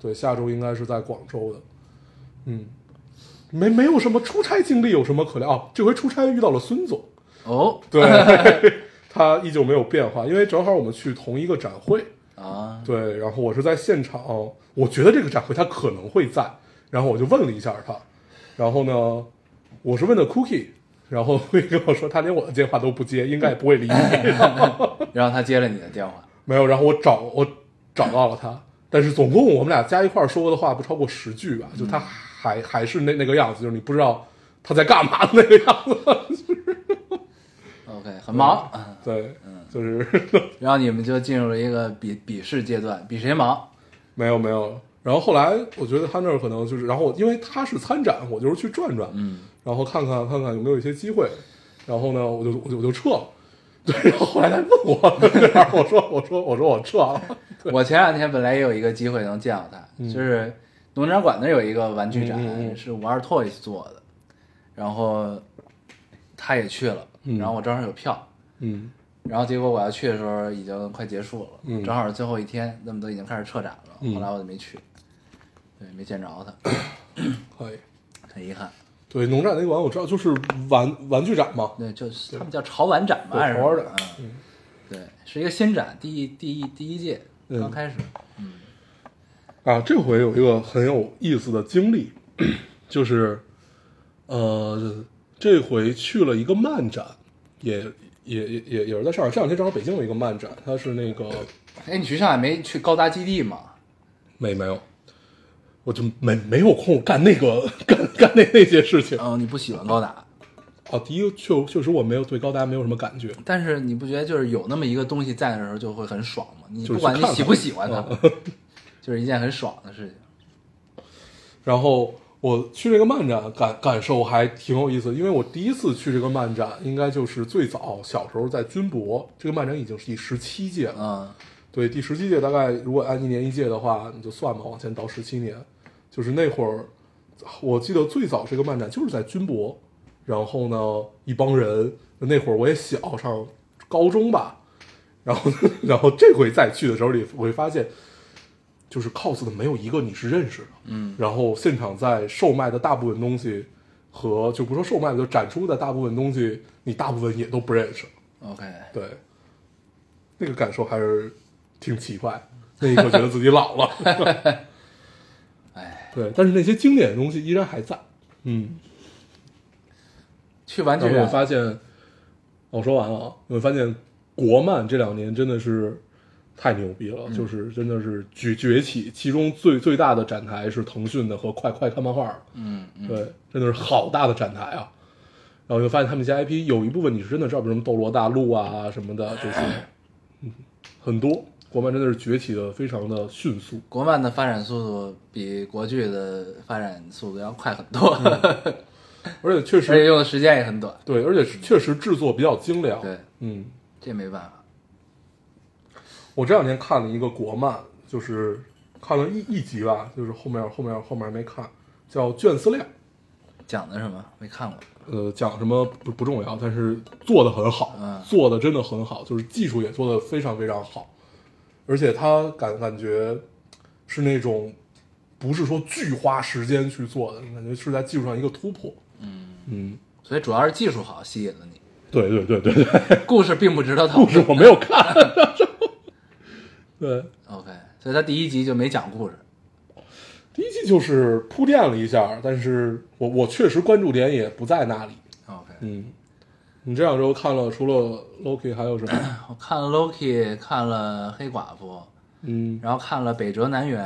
对，下周应该是在广州的，嗯，没没有什么出差经历有什么可聊、啊这回出差遇到了孙总，
哦
对 他依旧没有变化，因为正好我们去同一个展会。
啊，
对，然后我是在现场，我觉得这个展会他可能会在，然后我就问了一下他，然后呢，我是问的 Cookie，然后 会跟我说他连我的电话都不接，应该也不会理你，
然后他接了你的电话，
没有，然后我找我找到了他，但是总共我们俩加一块儿说的话不超过十句吧，就他还还是那那个样子，就是你不知道他在干嘛的那个样子，
OK，很忙，嗯
对，就是。
然后你们就进入了一个比比试阶段，比谁忙。
没有没有。然后后来我觉得他那儿可能就是，然后我因为他是参展，我就是去转转，嗯，然后看看看看有没有一些机会。然后呢，我就我就我就撤了。 对，然后后来他问我，然后我说我说我说我撤了。
我前两天本来也有一个机会能见到他，就是农展馆那儿有一个玩具展，
嗯嗯嗯
是五二 Toys 做的，嗯然后他也去了，然后我正好有票，
嗯
然后结果我要去的时候已经快结束了，
嗯
正好是最后一天，那么都已经开始撤展了。
嗯
后来我就没去，对，没见着他，
可以。
很遗憾。
对，农展那馆我知道，就是玩玩具展嘛，
对，就是他们叫潮嗯玩展吧，
对
还是什么
潮玩展
嗯，对，是一个新展，第一第一第一届
嗯
刚开始，
啊，这回有一个很有意思的经历， 就是，呃，这回去了一个漫展，也也也也也是在上海。这两天正好北京有一个漫展，它是那个
哎，你去上海没去高达基地吗？
没没有，我就没没有空干那个 干干那那些事情啊。哦
哦，你不喜欢高达，
第一，确确实我没有对高达没有什么感觉，
但是你不觉得就是有那么一个东西在的时候就会很爽吗？你
就是
不管
去
你
看
喜
看
不喜欢它，
啊
就是一件很爽的事情。
然后我去这个漫展感感受还挺有意思，因为我第一次去这个漫展，应该就是最早小时候在军博这个漫展已经是第十七届了。
嗯，
对，第十七届大概如果按一年一届的话，你就算吧，往前倒十七年，就是那会儿，我记得最早这个漫展就是在军博，然后呢，一帮人，那会儿我也小，上高中吧，然后 然后这回再去的时候，你会发现，就是 cos 的没有一个你是认识的，嗯，然后现场在售卖的大部分东西和就不说售卖的，就展出的大部分东西，你大部分也都不认识，
OK，
对，那个感受还是挺奇怪，那一刻觉得自己老了。 哎，对，但是那些经典的东西依然还在。嗯，
去玩具
然后我
展，
发现，我说完了啊，我发现国漫这两年真的是太牛逼了，
嗯
就是真的是崛崛起，其中最最大的展台是腾讯的和快快看漫画儿，
嗯嗯，
对，真的是好大的展台啊。然后就发现他们家 IP 有一部分你是真的知道，比如什么《斗罗大陆》啊什么的，就是嗯很多国漫真的是崛起的非常的迅速。
国漫的发展速度比国剧的发展速度要快很多，
嗯 而且确
而且
实
用的时间也很短。
对，而且是确实制作比较精良。
对，
嗯，
这没办法。
我这两天看了一个国漫，就是看了一一集吧，就是后面后面后面没看，叫《卷丝恋》，
讲的什么？没看过。
呃，讲什么不不重要，但是做的很好，
嗯
做的真的很好，就是技术也做的非常非常好，而且他感感觉是那种不是说巨花时间去做的，感觉是在技术上一个突破。嗯嗯，
所以主要是技术好吸引了你，
对对对对对，
故事并不值得讨
故事
论。
我没有看， 对，
OK，所以他第一集就没讲故事。
第一季就是铺垫了一下，但是我我确实关注点也不在那里。
OK，
嗯，你这两周看了除了 Loki 还有什么？
我看了 Loki，看了黑寡妇，
嗯
然后看了《北辙南辕》，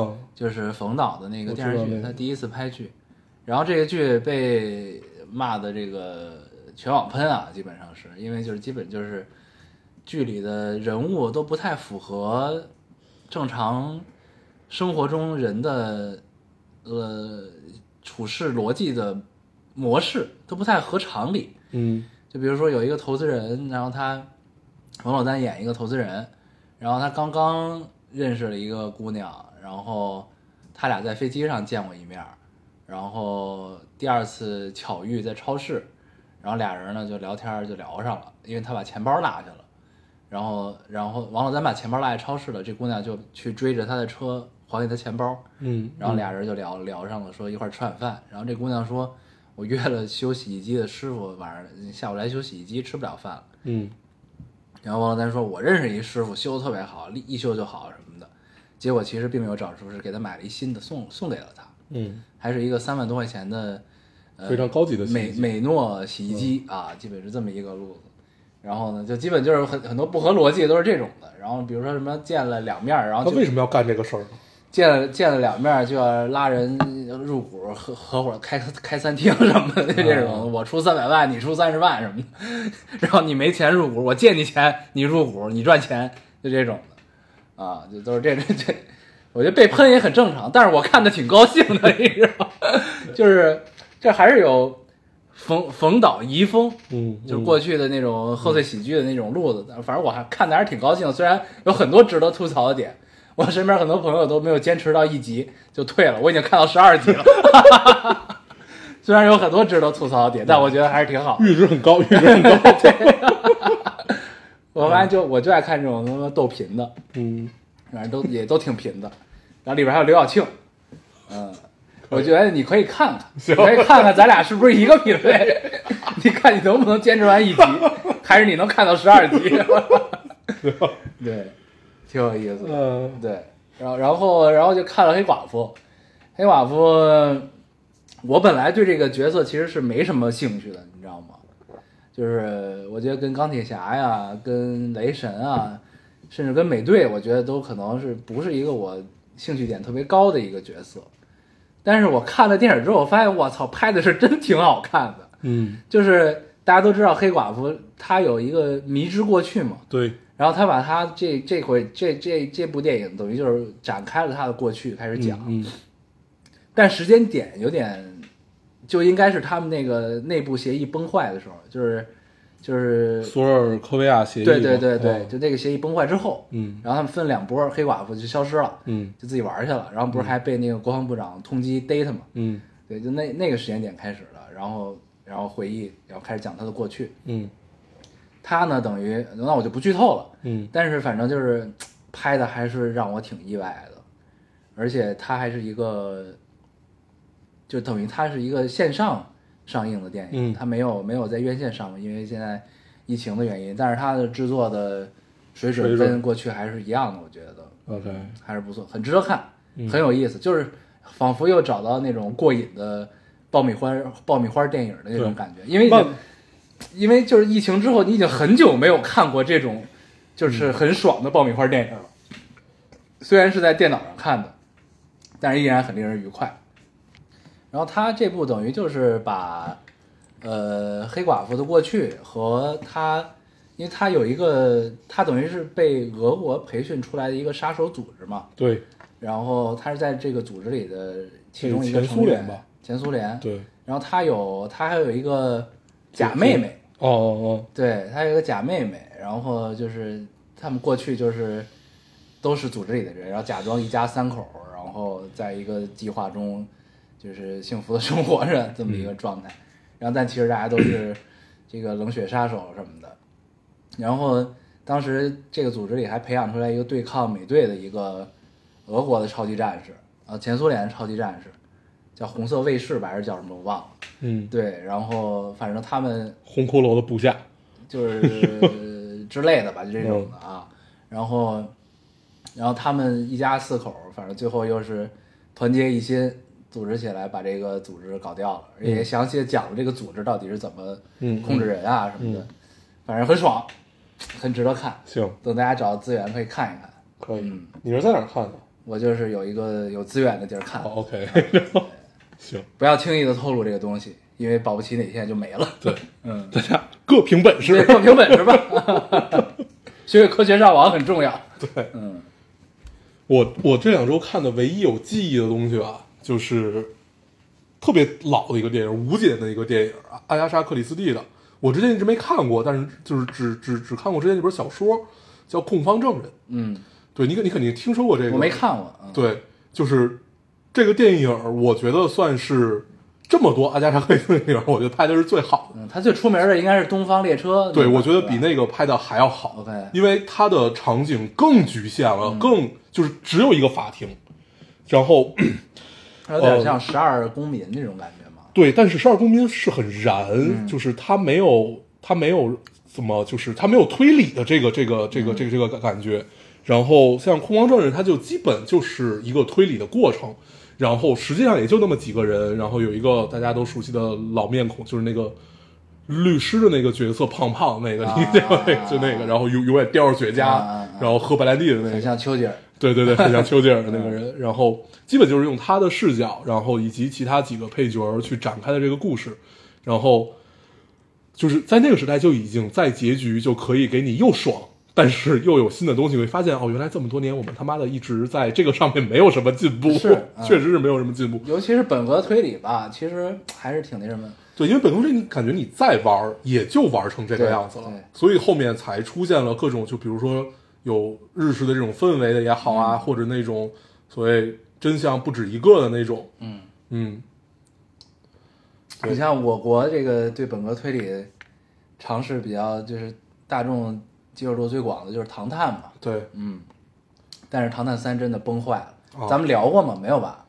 啊，
就是冯导的那个
我知
电
道
视剧，
那个
他第一次拍剧，然后这个剧被骂的这个全网喷啊，基本上是因为就是基本就是剧里的人物都不太符合正常生活中人的呃处事逻辑的模式，都不太合常理。
嗯
就比如说有一个投资人，然后他王珞丹演一个投资人，然后他刚刚认识了一个姑娘，然后他俩在飞机上见过一面儿，然后第二次巧遇在超市，然后俩人呢就聊天儿就聊上了，因为他把钱包落下了，然后然后王珞丹把钱包落在超市了，这姑娘就去追着他的车还给他钱包，
嗯，
然后俩人就聊聊上了，说一块儿吃晚饭。然后这姑娘说，我约了修洗衣机的师傅，晚上下午来修洗衣机，吃不了饭了。
嗯
然后王珞丹说，我认识一师傅，修的特别好，立一修就好什么的。结果其实并没有找出，是给他买了一新的送送给了他，
嗯
还是一个三万多块钱的，呃，
非常高级的洗衣
美
机嗯
美诺洗衣机、啊，基本是这么一个路子。然后呢，就基本就是很很多不合逻辑都是这种的。然后比如说什么见了两面儿，然
他
后啊就
为什么要干这个事儿呢？
见了见了两面就要拉人入股，合合伙开开餐厅什么的这种，我出三百万，你出三十万什么的， 然后你没钱入股，我借你钱，你入股，你赚钱，就这种的，啊，就都是这这这，我觉得被喷也很正常，但是我看的挺高兴的，你知道吗， 就是这还是有冯冯导遗风，
嗯，
就是过去的那种贺岁喜剧的那种路子，反正我还看的还是挺高兴的，虽然有很多值得吐槽的点。我身边很多朋友都没有坚持到一集就退了，我已经看到十二集了。 虽然有很多值得吐槽的点，但我觉得还是挺好。
阈值很高，阈值很高。
我发现就我就爱看这种什么逗贫的，
嗯，
反正都也都挺贫的。然后里边还有刘晓庆，嗯，我觉得你可以看看，你可以看看咱俩是不是一个品位，你看你能不能坚持完一集，还是你能看到十二集？对，挺有意思的。
呃，
对，然后然后然后就看了黑寡妇，黑寡妇，我本来对这个角色其实是没什么兴趣的，你知道吗？就是我觉得跟钢铁侠呀、跟雷神啊，甚至跟美队，我觉得都可能是不是一个我兴趣点特别高的一个角色。但是我看了电影之后，我发现我操，拍的是真挺好看的。
嗯，
就是大家都知道黑寡妇她有一个迷之过去嘛，
对，
然后他把他这这回这这这部电影等于就是展开了他的过去开始讲，
嗯，
但时间点有点就应该是他们那个内部协议崩坏的时候，就是就是
嗯索尔科维亚协议嘛，
对对对对，
哦
就那个协议崩坏之后，
嗯
然后他们分两波，黑寡妇就消失了，
嗯
就自己玩去了，然后不是还被那个国防部长通缉逮他嘛，
嗯
对，就那那个时间点开始的，然后然后回忆，然后开始讲他的过去，
嗯
他呢等于那我就不剧透了。
嗯
但是反正就是拍的还是让我挺意外的，而且它还是一个，就等于它是一个线上上映的电影，
嗯
它没有没有在院线上，因为现在疫情的原因，但是它的制作的水准
水准
跟过去还是一样的，我觉得
，OK，
还是不错，很值得看，
嗯
很有意思，就是仿佛又找到那种过瘾的爆米花爆米花电影的那种
对
感觉，因为已
那
经因为就是疫情之后，你已经很久没有看过这种就是很爽的爆米花电影了。虽然是在电脑上看的，但是依然很令人愉快。然后他这部等于就是把呃黑寡妇的过去和他，因为他有一个他等于是被俄国培训出来的一个杀手组织嘛，
对
然后他是在这个组织里的其中一个
前
成
苏
员
联吧，
前苏联。
对，
然后他有他还有一个假妹妹，
哦哦
对，她有一个假妹妹，然后就是他们过去就是都是组织里的人，然后假装一家三口，然后在一个计划中就是幸福的生活着这么一个状态，然后但其实大家都是这个冷血杀手什么的，然后当时这个组织里还培养出来一个对抗美队的一个俄国的超级战士，啊，前苏联的超级战士，叫红色卫士吧，还是叫什么我忘了，
哦，嗯，
对，然后反正他们。
红骷髅的部下，
就是之类的吧，就这种的啊。然后，然后他们一家四口，反正最后又是团结一心，组织起来把这个组织搞掉了，也详细地讲了这个组织到底是怎么
嗯
控制人啊什么的，反正很爽，很值得看。
行，
等大家找到资源可以看一看，
可以，你是在哪儿看的？
我就是有一个有资源的地儿看，
哦，OK，行，
不要轻易的透露这个东西，因为保不齐哪天就没了。
对，
嗯，
大家各凭本
对，
事，
各凭本事吧， 学学科学上网很重要。
对，
嗯。
我我这两周看的唯一有记忆的东西吧，就是特别老的一个电影，无解的一个电影，啊阿阿加莎·克里斯蒂的。我之前一直没看过，但是就是只只只看过之前那本小说，叫《控方证人》。
嗯，
对你肯你肯定听说过这个，
我没。看过。嗯，
对，就是这个电影，我觉得算是这么多阿加莎·克里斯蒂的电影，我觉得拍的是最好的。
嗯，他最出名的应该是《东方列车》那个。
对，我觉得比
对吧
那个拍的还要好
OK
因为它的场景更局限了，更就是只有一个法庭，然后
它有点像《十二公民》那种感觉嘛。
对，但是十二公民是很燃，
嗯
就是他没有他没有怎么，就是他没有推理的这个这个
嗯
这个这个这个感觉。然后像控方证人，他就基本就是一个推理的过程，然后实际上也就那么几个人，然后有一个大家都熟悉的老面孔，就是那个律师的那个角色，胖胖那个，
啊
你见过那个 就那个，然后永永远叼着雪茄，
啊啊啊
然后喝白兰地的那个
很，像丘吉尔。
对对对，很像丘吉尔的那
嗯
个人。然后基本就是用他的视角，然后以及其他几个配角儿去展开的这个故事，然后就是在那个时代就已经在结局就可以给你又爽，但是又有新的东西，会发现哦，原来这么多年我们他妈的一直在这个上面没有什么进步，
是嗯
确实是没有什么进步。
尤其是本格推理吧，其实还是挺那什么。
对，因为本宫这你感觉你再玩儿也就玩儿成这个
对
样子了
对，
所以后面才出现了各种，就比如说有日式的这种氛围的也好
嗯
啊，或者那种所谓真相不止一个的那种，嗯嗯，对
你像我国这个对本格推理尝试比较就是大众接受度最广的就是《唐探》嘛，
对，
嗯，但是《唐探三》真的崩坏了，
哦
咱们聊过吗？没有吧？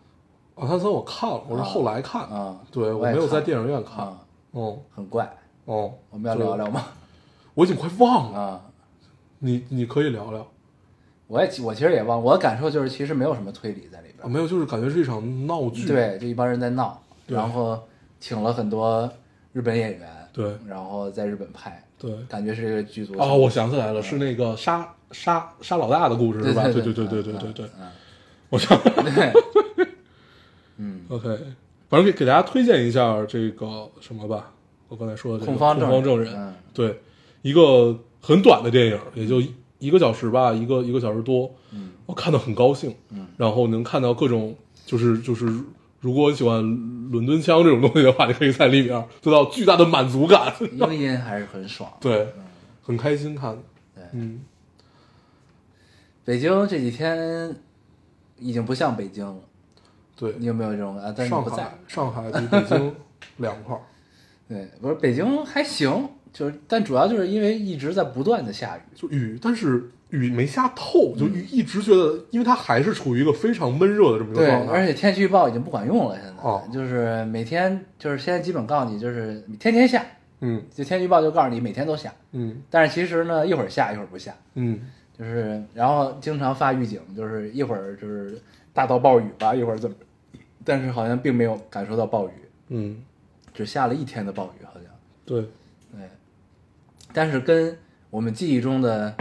啊，他说我看了，我是后来看的，
啊，
对
我
我
也
没有在
看
电影院看，
啊，
哦
很怪，
哦，
我们要
对
聊，聊吗？
我已经快忘了，
啊，
你你可以聊聊
我也我其实也忘，我的感受就是其实没有什么推理在里
啊，
边，
没有，就是感觉是一场闹剧，
对，就一帮人在闹，
对
然后请了很多日本演员，
对
然后在日本拍，
对，
感觉是一个剧组
哦，我想起来了，是那个杀杀杀老大的故事是
嗯对
吧？对
对
对对
嗯
对对对，
嗯
我想
嗯对， 嗯
OK，反正给给大家推荐一下这个什么吧，我刚才说的这个
控方证
证
人
人，
嗯
对，一个很短的电影，也就一一个小时吧，一个一个小时多，嗯，我看的很高兴，嗯，然后能看到各种就是就是。如果你喜欢伦敦腔这种东西的话，你可以在里面得到巨大的满足感。
英音还是很爽。
对，很开心看的。
对
嗯，
北京这几天已经不像北京了，
对，
你有没有这种啊？但是你
上
不在
海，上海比北 京凉快儿。
对，不是北京还行，就是但主要就是因为一直在不断的下雨，
就雨，但是雨没下透，就雨一直觉得，因为它还是处于一个非常闷热的这么一个
嗯对
状，态。
而且天气预报已经不管用了，现在、
哦
就是每天就是现在基本告诉你就是天天下，
嗯
就天气预报就告诉你每天都下，
嗯
但是其实呢一会儿下一会儿不下，
嗯，
就是然后经常发预警，就是一会儿就是大到暴雨吧，一会儿怎么，但是好像并没有感受到暴雨，
嗯，
只下了一天的暴雨好像。
对，
对，但是跟我们记忆中的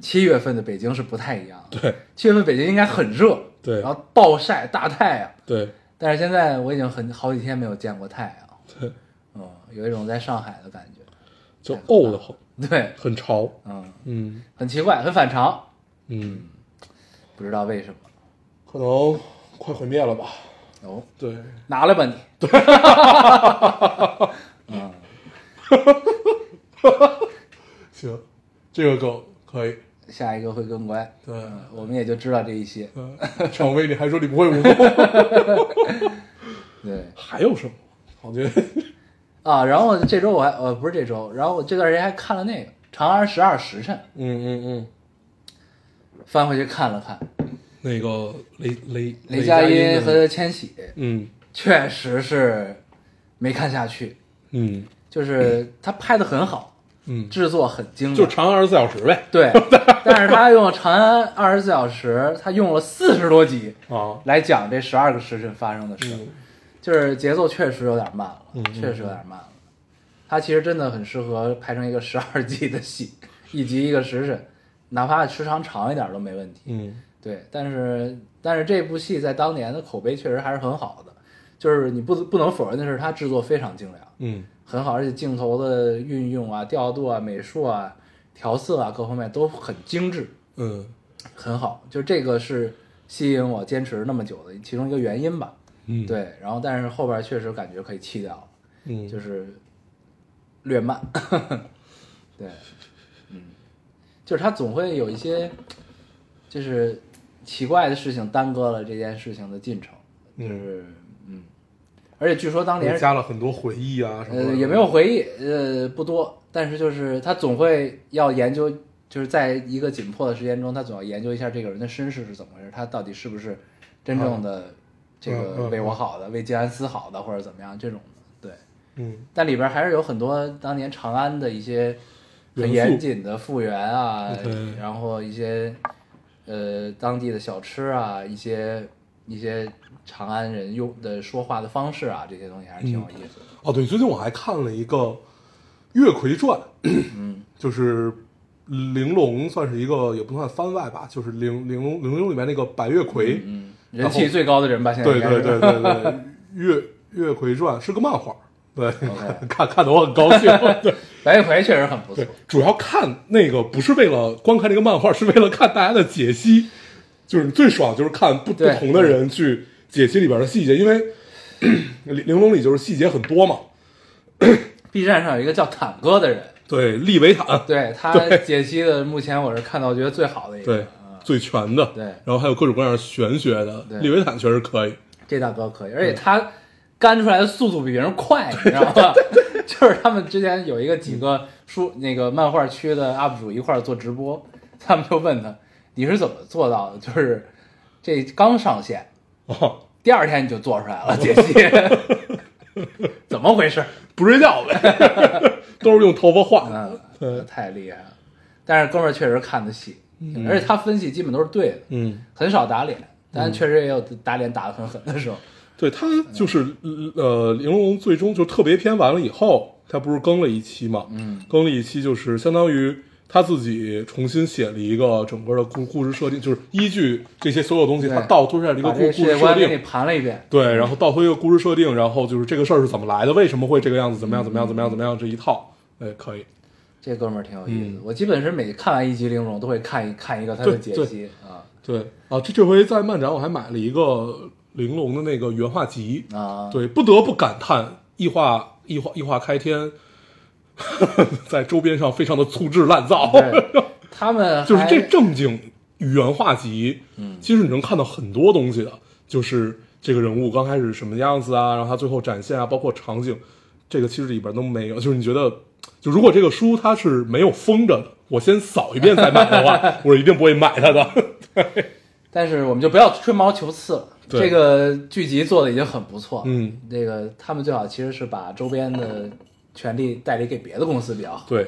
七月份的北京是不太一样的。
对，
七月份北京应该很热，
对
然后暴晒大太阳。
对，
但是现在我已经很好几天没有见过太阳，
对，
嗯，有一种在上海的感觉。
就怄得慌，
对，
很潮。
嗯，
嗯
很奇怪，很反常，
嗯，
不知道为什么。
可能快毁灭了吧？
哦，
对，
拿来吧你。对，
行，这个梗可以。
下一个会更乖。
对
嗯我们也就知道这一些。
嗯， 常威，你还说你不会武功？
对
还有什么？我觉得
啊，然后这周我还呃不是这周，然后我这段时间还看了那个《长安十二时辰》，
嗯嗯
翻回去看了看，
嗯，那个雷雷
雷佳音
音
和千玺
嗯
确实是没看下去，
嗯
就是他拍的很好，
嗯，
制作很精
就
良，
长安二十四小时呗。
对，但是他用《长安二十四小时》，他用了四十多集
啊，
来讲这十二个时辰发生的事，
嗯
就是节奏确实有点慢了，
嗯嗯
确实有点慢了。他其实真的很适合拍成一个十二季的戏，一集一个时辰，哪怕时长长一点都没问题。
嗯
对，但是但是这部戏在当年的口碑确实还是很好的，就是你不不能否认的是，它制作非常精良，
嗯
很好，而且镜头的运用啊、调度啊、美术啊、调色啊各方面都很精致，
嗯
很好。就这个是吸引我坚持那么久的其中一个原因吧。
嗯，
对，然后但是后边确实感觉可以弃掉了，
嗯，
就是略慢， 对，嗯，就是他总会有一些就是奇怪的事情耽搁了这件事情的进程，就是嗯，而且据说当年
加了很多回忆啊什么
呃
的，
也没有回忆，呃不多，但是就是他总会要研究，就是在一个紧迫的时间中，他总要研究一下这个人的身世是怎么回事，他到底是不是真正的这
嗯
个
嗯
为我
嗯
好的、为静安思好的，或者怎么样这种的，对。
嗯
但里边还是有很多当年长安的一些很
元素
严谨的复原啊，
对
然后一些呃当地的小吃啊，一些一些长安人用的说话的方式啊，这些东西还是挺有意思的。
哦对，最近我还看了一个《月魁传》，嗯，就是玲珑算是一个也不算番外吧，就是玲玲珑玲珑里面那个白月魁，嗯，
人气最高的人吧，现在
对
应该是
对对对对， 《月月魁传》是个漫画，对
OK
看看得我很高 兴，对
白玉葵确实很不错
对，，主要看那个不是为了光看这个漫画，是为了看大家的解析，就是最爽就是看不不
对
同的人去解析里边的细节，因为 玲玲珑里就是细节很多嘛。
B 站上有一个叫坦哥的人，
啊对，利维坦，
对他
对
解析的，目前我是看到觉得最好的一个。
对，最全的，
对
然后还有各种各样玄学的
对，
利维坦确实可以，
这大哥可以，而且他干出来的速度比别人快，你知道吗？ 就是他们之前有一个几个书那个漫画区的 UP 主一块儿做直播，他们就问他你是怎么做到的？就是这刚上线，
哦，
第二天你就做出来了， 解析，怎么回事？
不睡觉呗，都是用头发画的。
嗯，太厉害了。但是哥们儿确实看得细，而且他分析基本都是对的，
嗯，
很少打脸，但确实也有打脸打得很狠的时候。
对他就是呃，玲珑最终就特别篇完了以后，他不是更了一期嘛？嗯，更了一期就是相当于他自己重新写了一个整个的故故事设定，就是依据这些所有东西，
对
他倒推出来了一个
把
故
这个世
故事
界
设
观给你
定。
盘了一遍，
对，然后倒推一个故事设定，然后就是这个事儿是怎么来的，为什么会这个样子，怎么样，怎么样，怎么样，怎么样，这一套，哎，可以，
这哥们儿挺有意思的。我基本是每看完一集《玲珑》，都会看一看一个他的
嗯对
解
对
析啊
对啊，这这回在漫展我还买了一个玲珑的那个原画集，
啊，
对，不得不感叹异化异化异化开天 在周边上非常的粗制滥造，
对，他们
就是这
还
正经原画集，嗯，其实你能看到很多东西的，就是这个人物刚开始什么样子啊，然后他最后展现啊，包括场景，这个其实里边都没有。就是你觉得，就如果这个书它是没有封着的，我先扫一遍再买的 话，我是一定不会买它的。
但是我们就不要吹毛求疵了。
对
这个剧集做的已经很不错，
嗯，
这个他们最好其实是把周边的权利代理给别的公司比较好，
对，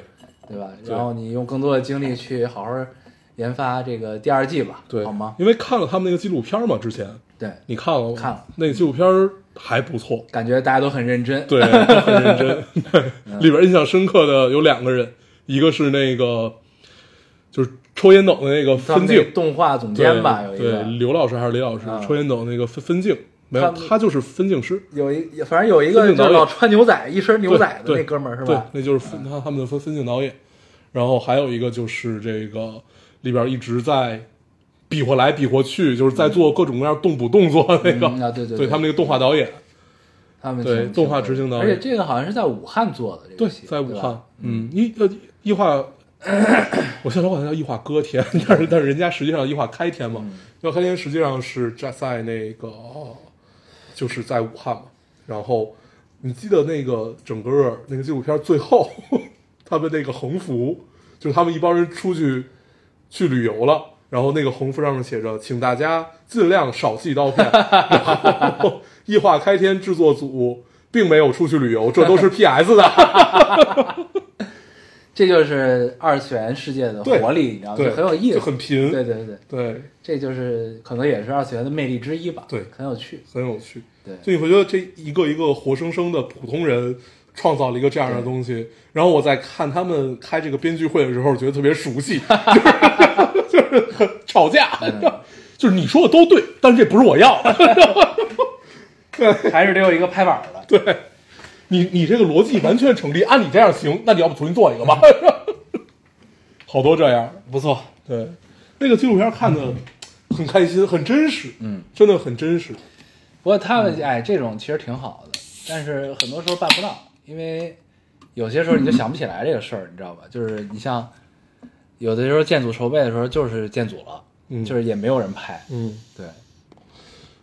对吧？
对
然后你用更多的精力去好好研发这个第二季吧，
对，
好吗？
因为看了他们那个纪录片嘛，之前
对，
你看了吗
看了，
那个纪录片儿还不错。
感觉大家都很认真，
对，都很认真。对里边印象深刻的有两个人，一个是那个就是抽烟斗的那个
他们
分
那个
镜
动画总
对
监吧，有一
对
个，
刘老师还是雷老师
啊
抽烟斗那个分分镜，没有
他们
他就是分镜师，
有一反正有一
分
个
镜
就
导
是
演
老穿牛仔一身牛
对
仔的
对
那哥们儿是
对
吧，？
那就是分他他们的分分镜导演。然后还有一个就是这个里边一直在比划来比划去，就是在做各种各样动捕动作那个
嗯啊对对
对
对
他们那个动画导演，
他们
对
挺
动画执行导
而
演
且这个好像是在武汉做的，这
对
个戏，
在武
吧
汉，嗯，一呃异化，我现在管它叫异化歌天，但是但是人家实际上异化开天嘛，异化开天实际上是在在那个就是在武汉嘛，然后你记得那个整个那个纪录片最后他们那个横幅，就是他们一帮人出去去旅游了。然后那个横幅上面写着：“请大家尽量少系刀片。” 然后 异化开天制作组并没有出去旅游，这都是 PS 的。
这就是二次元世界的
对
活力，你知道吗？
对
就很有意思，
就很贫
对对对，
对，
这就是可能也是二次元的魅力之一吧。
对
很有趣。
很有趣。
对
就你会觉得这一个一个活生生的普通人创造了一个这样的东西，然后我在看他们开这个编剧会的时候，觉得特别熟 悉，就是 就是很吵架，
嗯
就是你说的都对，但是这不是我要的，
还是得有一个拍板儿的。对，
你你这个逻辑完全成立，按你这样行，那你要不重新做一个吧？ 好多这样，
不错。
对，那个纪录片看的很开心，很真实，嗯，真的很真实，
不过他
嗯
们哎，这种其实挺好的，但是很多时候办不到，因为有些时候你就想不起来这个事儿，你知道吧？就是你像有的时候建组筹备的时候，就是建组了，
嗯
就是也没有人拍。
嗯。
对，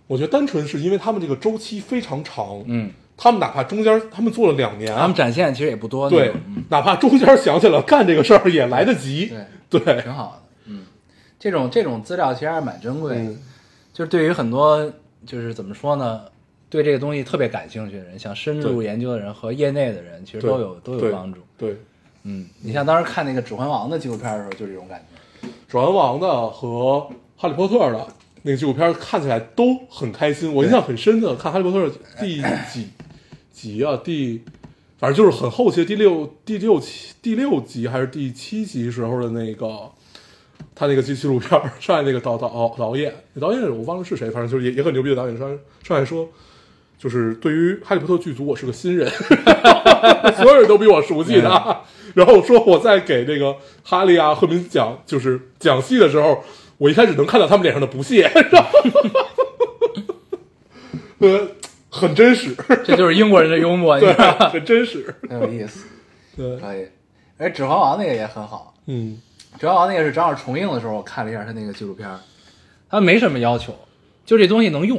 我觉得单纯是因为他们这个周期非常长，
嗯，
他们哪怕中间他们做了两年，啊
他们展现其实也不多，那
对
种嗯，
哪怕中间想起来干这个事儿也来得及，对
挺好的。嗯，这种这种资料其实还是蛮珍贵的。
嗯
就是对于很多就是怎么说呢，对这个东西特别感兴趣的人，想深入
对
研究的人和业内的人，其实
对
都有都有
对
帮助。
对，
嗯，你像当时看那个《指环王》的纪录片的时候，就是这种感觉。
《指环王》的和《哈利波特》的那个纪录片看起来都很开心。我印象很深的，看《哈利波特》第几集啊？第反正就是很后期的第六、第六期、第六集还是第七集时候的那个。他那个纪纪录片儿上来那个导导导演，导演我忘了是谁，反正就是也也很牛逼的导演上来上来说，就是对于《哈利波特》剧组，我是个新人， 所有人都比我熟悉
嗯
的。 然后说我在给那个哈利啊、赫敏讲，就是讲戏的时候，我一开始能看到他们脸上的不屑， 然后呃，很真实，
这就是英国人的幽默，你
对
知道，吗？
很真实，
很有意 思，
对，
可以。而《指环王》那个也很好，
嗯，
《指环王》那个是正好重映的时候，我看了一下他那个纪录片儿，他没什么要求，就这东西能用，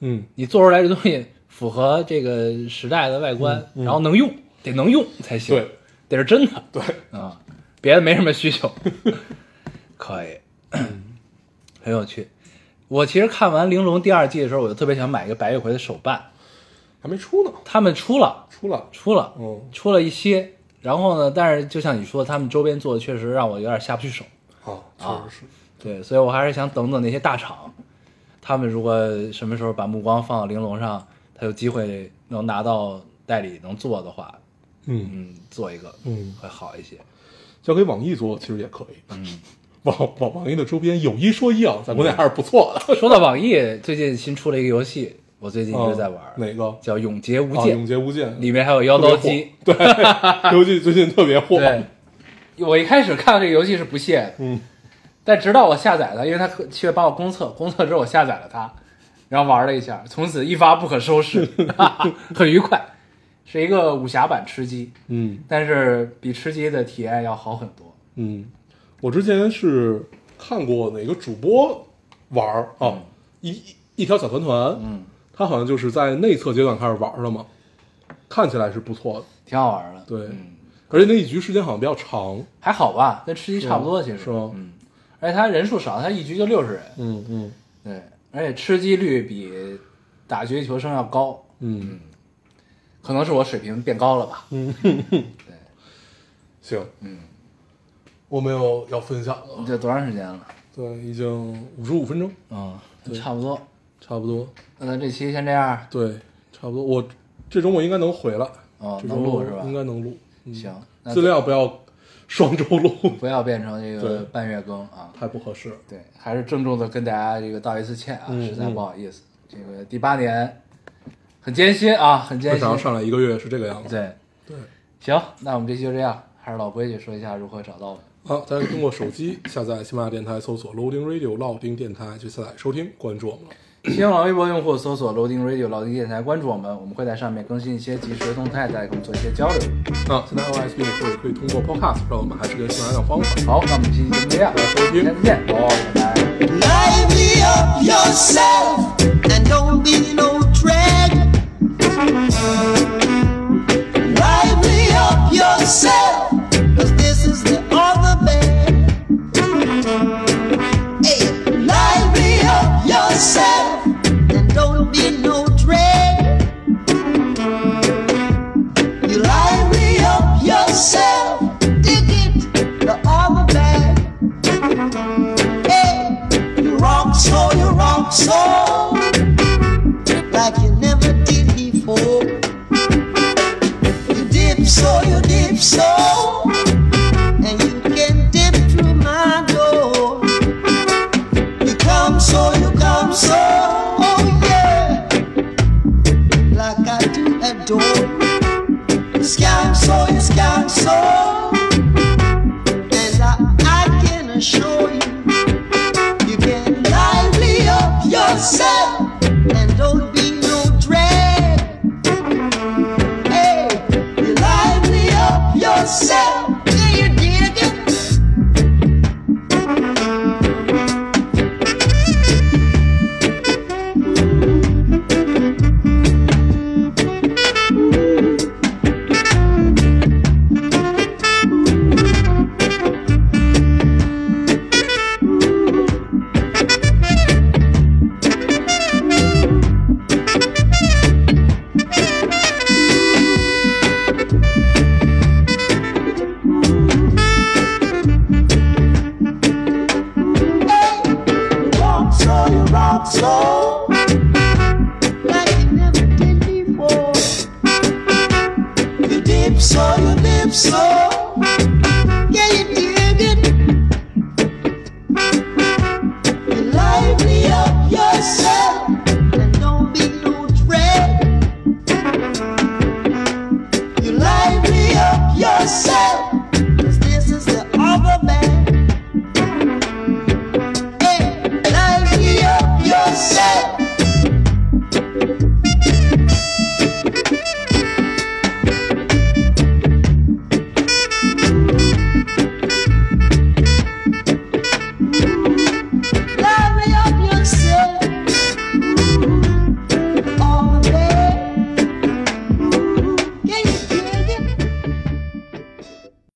嗯，
嗯你做出来这东西符合这个时代的外观，然后能用，得能用才行，
对，
得是真的，
对，
啊，别的没什么需 求。可以，很有趣。我其实看完《玲珑》第二季的时候，我就特别想买一个白玉葵的手办，
还没出呢，
他们出了，
出了，
出了，
嗯，
出了一些。然后呢，但是就像你说，他们周边做的确实让我有点下不去手。
好，
啊
确实是，
对，所以我还是想等等那些大厂，他们如果什么时候把目光放到玲珑上，他有机会能拿到代理能做的话，
嗯，
嗯，做一个，
嗯
会好一些。
交给网易做其实也可以，嗯， 网网网易的周边有一说一啊，在国
嗯
内还是不错的。
说到网易，最近新出了一个游戏，我最近一
哦
直在玩，
哪个？
叫《永劫无
啊，
间
永》，劫无间
里面还有妖刀姬。
特别火 对，游戏最近特别火，
对，我一开始看到这个游戏是不屑的，
嗯，
但直到我下载了，因为它七月帮我公测，公测之后我下载了它，然后玩了一下，从此一发不可收拾， 哈哈，很愉快，是一个武侠版吃鸡，
嗯
但是比吃鸡的体验要好很多。
嗯，我之前是看过哪个主播玩儿啊，
嗯
一一一条小团团，嗯，他好像就是在内测阶段开始玩儿的嘛，看起来是不错的，
挺好玩的，
对
嗯，
而且那一局时间好像比较长，
还好吧，跟吃鸡差不多，其实
是吗
嗯，而且它人数少，它一局就六十人，
嗯嗯
对，而且吃鸡率比打绝地求生要高，
嗯，
可能是我水平变高了吧，
行，嗯，我没有要分享了，
你这多长时间了？
对，已经五十五分钟，
嗯，差不多。
差不多，
那咱这期先这样，
对，差不多，我这周末应该能回来，
哦
这周
能录
末
是吧
应该能录，嗯
行，那
尽量不要双周录，
不要变成这个
对
半月更啊。
太不合适了。
对，还是郑重的跟大家这个道一次歉啊，
嗯
实在不好意思。这个第八年很艰辛啊，很艰
为啥
辛。
上来一个月是这个样子？
对，
对，
行，那我们这期就这样，还是老规矩，说一下如何找到我们。
好，大家可以通过手机下载喜马拉雅电台，搜索 Loading Radio 老丁电台去下载收听，关注我们了。
新浪微博用户搜索 Loading Radio 老丁电台，关注我们，我们会在上面更新一些即时动态，大家跟我们做一些交流。
啊，现在 iOS 用户也可以通过 Podcast 让我们还是个喜马拉雅方法。
好，那我们这期就这样，
收听
下次见，哦，拜拜。
Lively up yourself and don't be no drag. Lively up yourself, cause this is the other bag. Hey, lively up yourself and don't be no drag. You lively up yourself, dig it, the other bag. Hey, you rock so, you rock so, like you never did before. You dip so, you dip so, and you can dip through my door. You come so, you come so, oh yeah, like I do adore. You scam so, you scam so, and I, I can assure you. You can lively up yourself and don't be no drag. Hey, you lively up yourself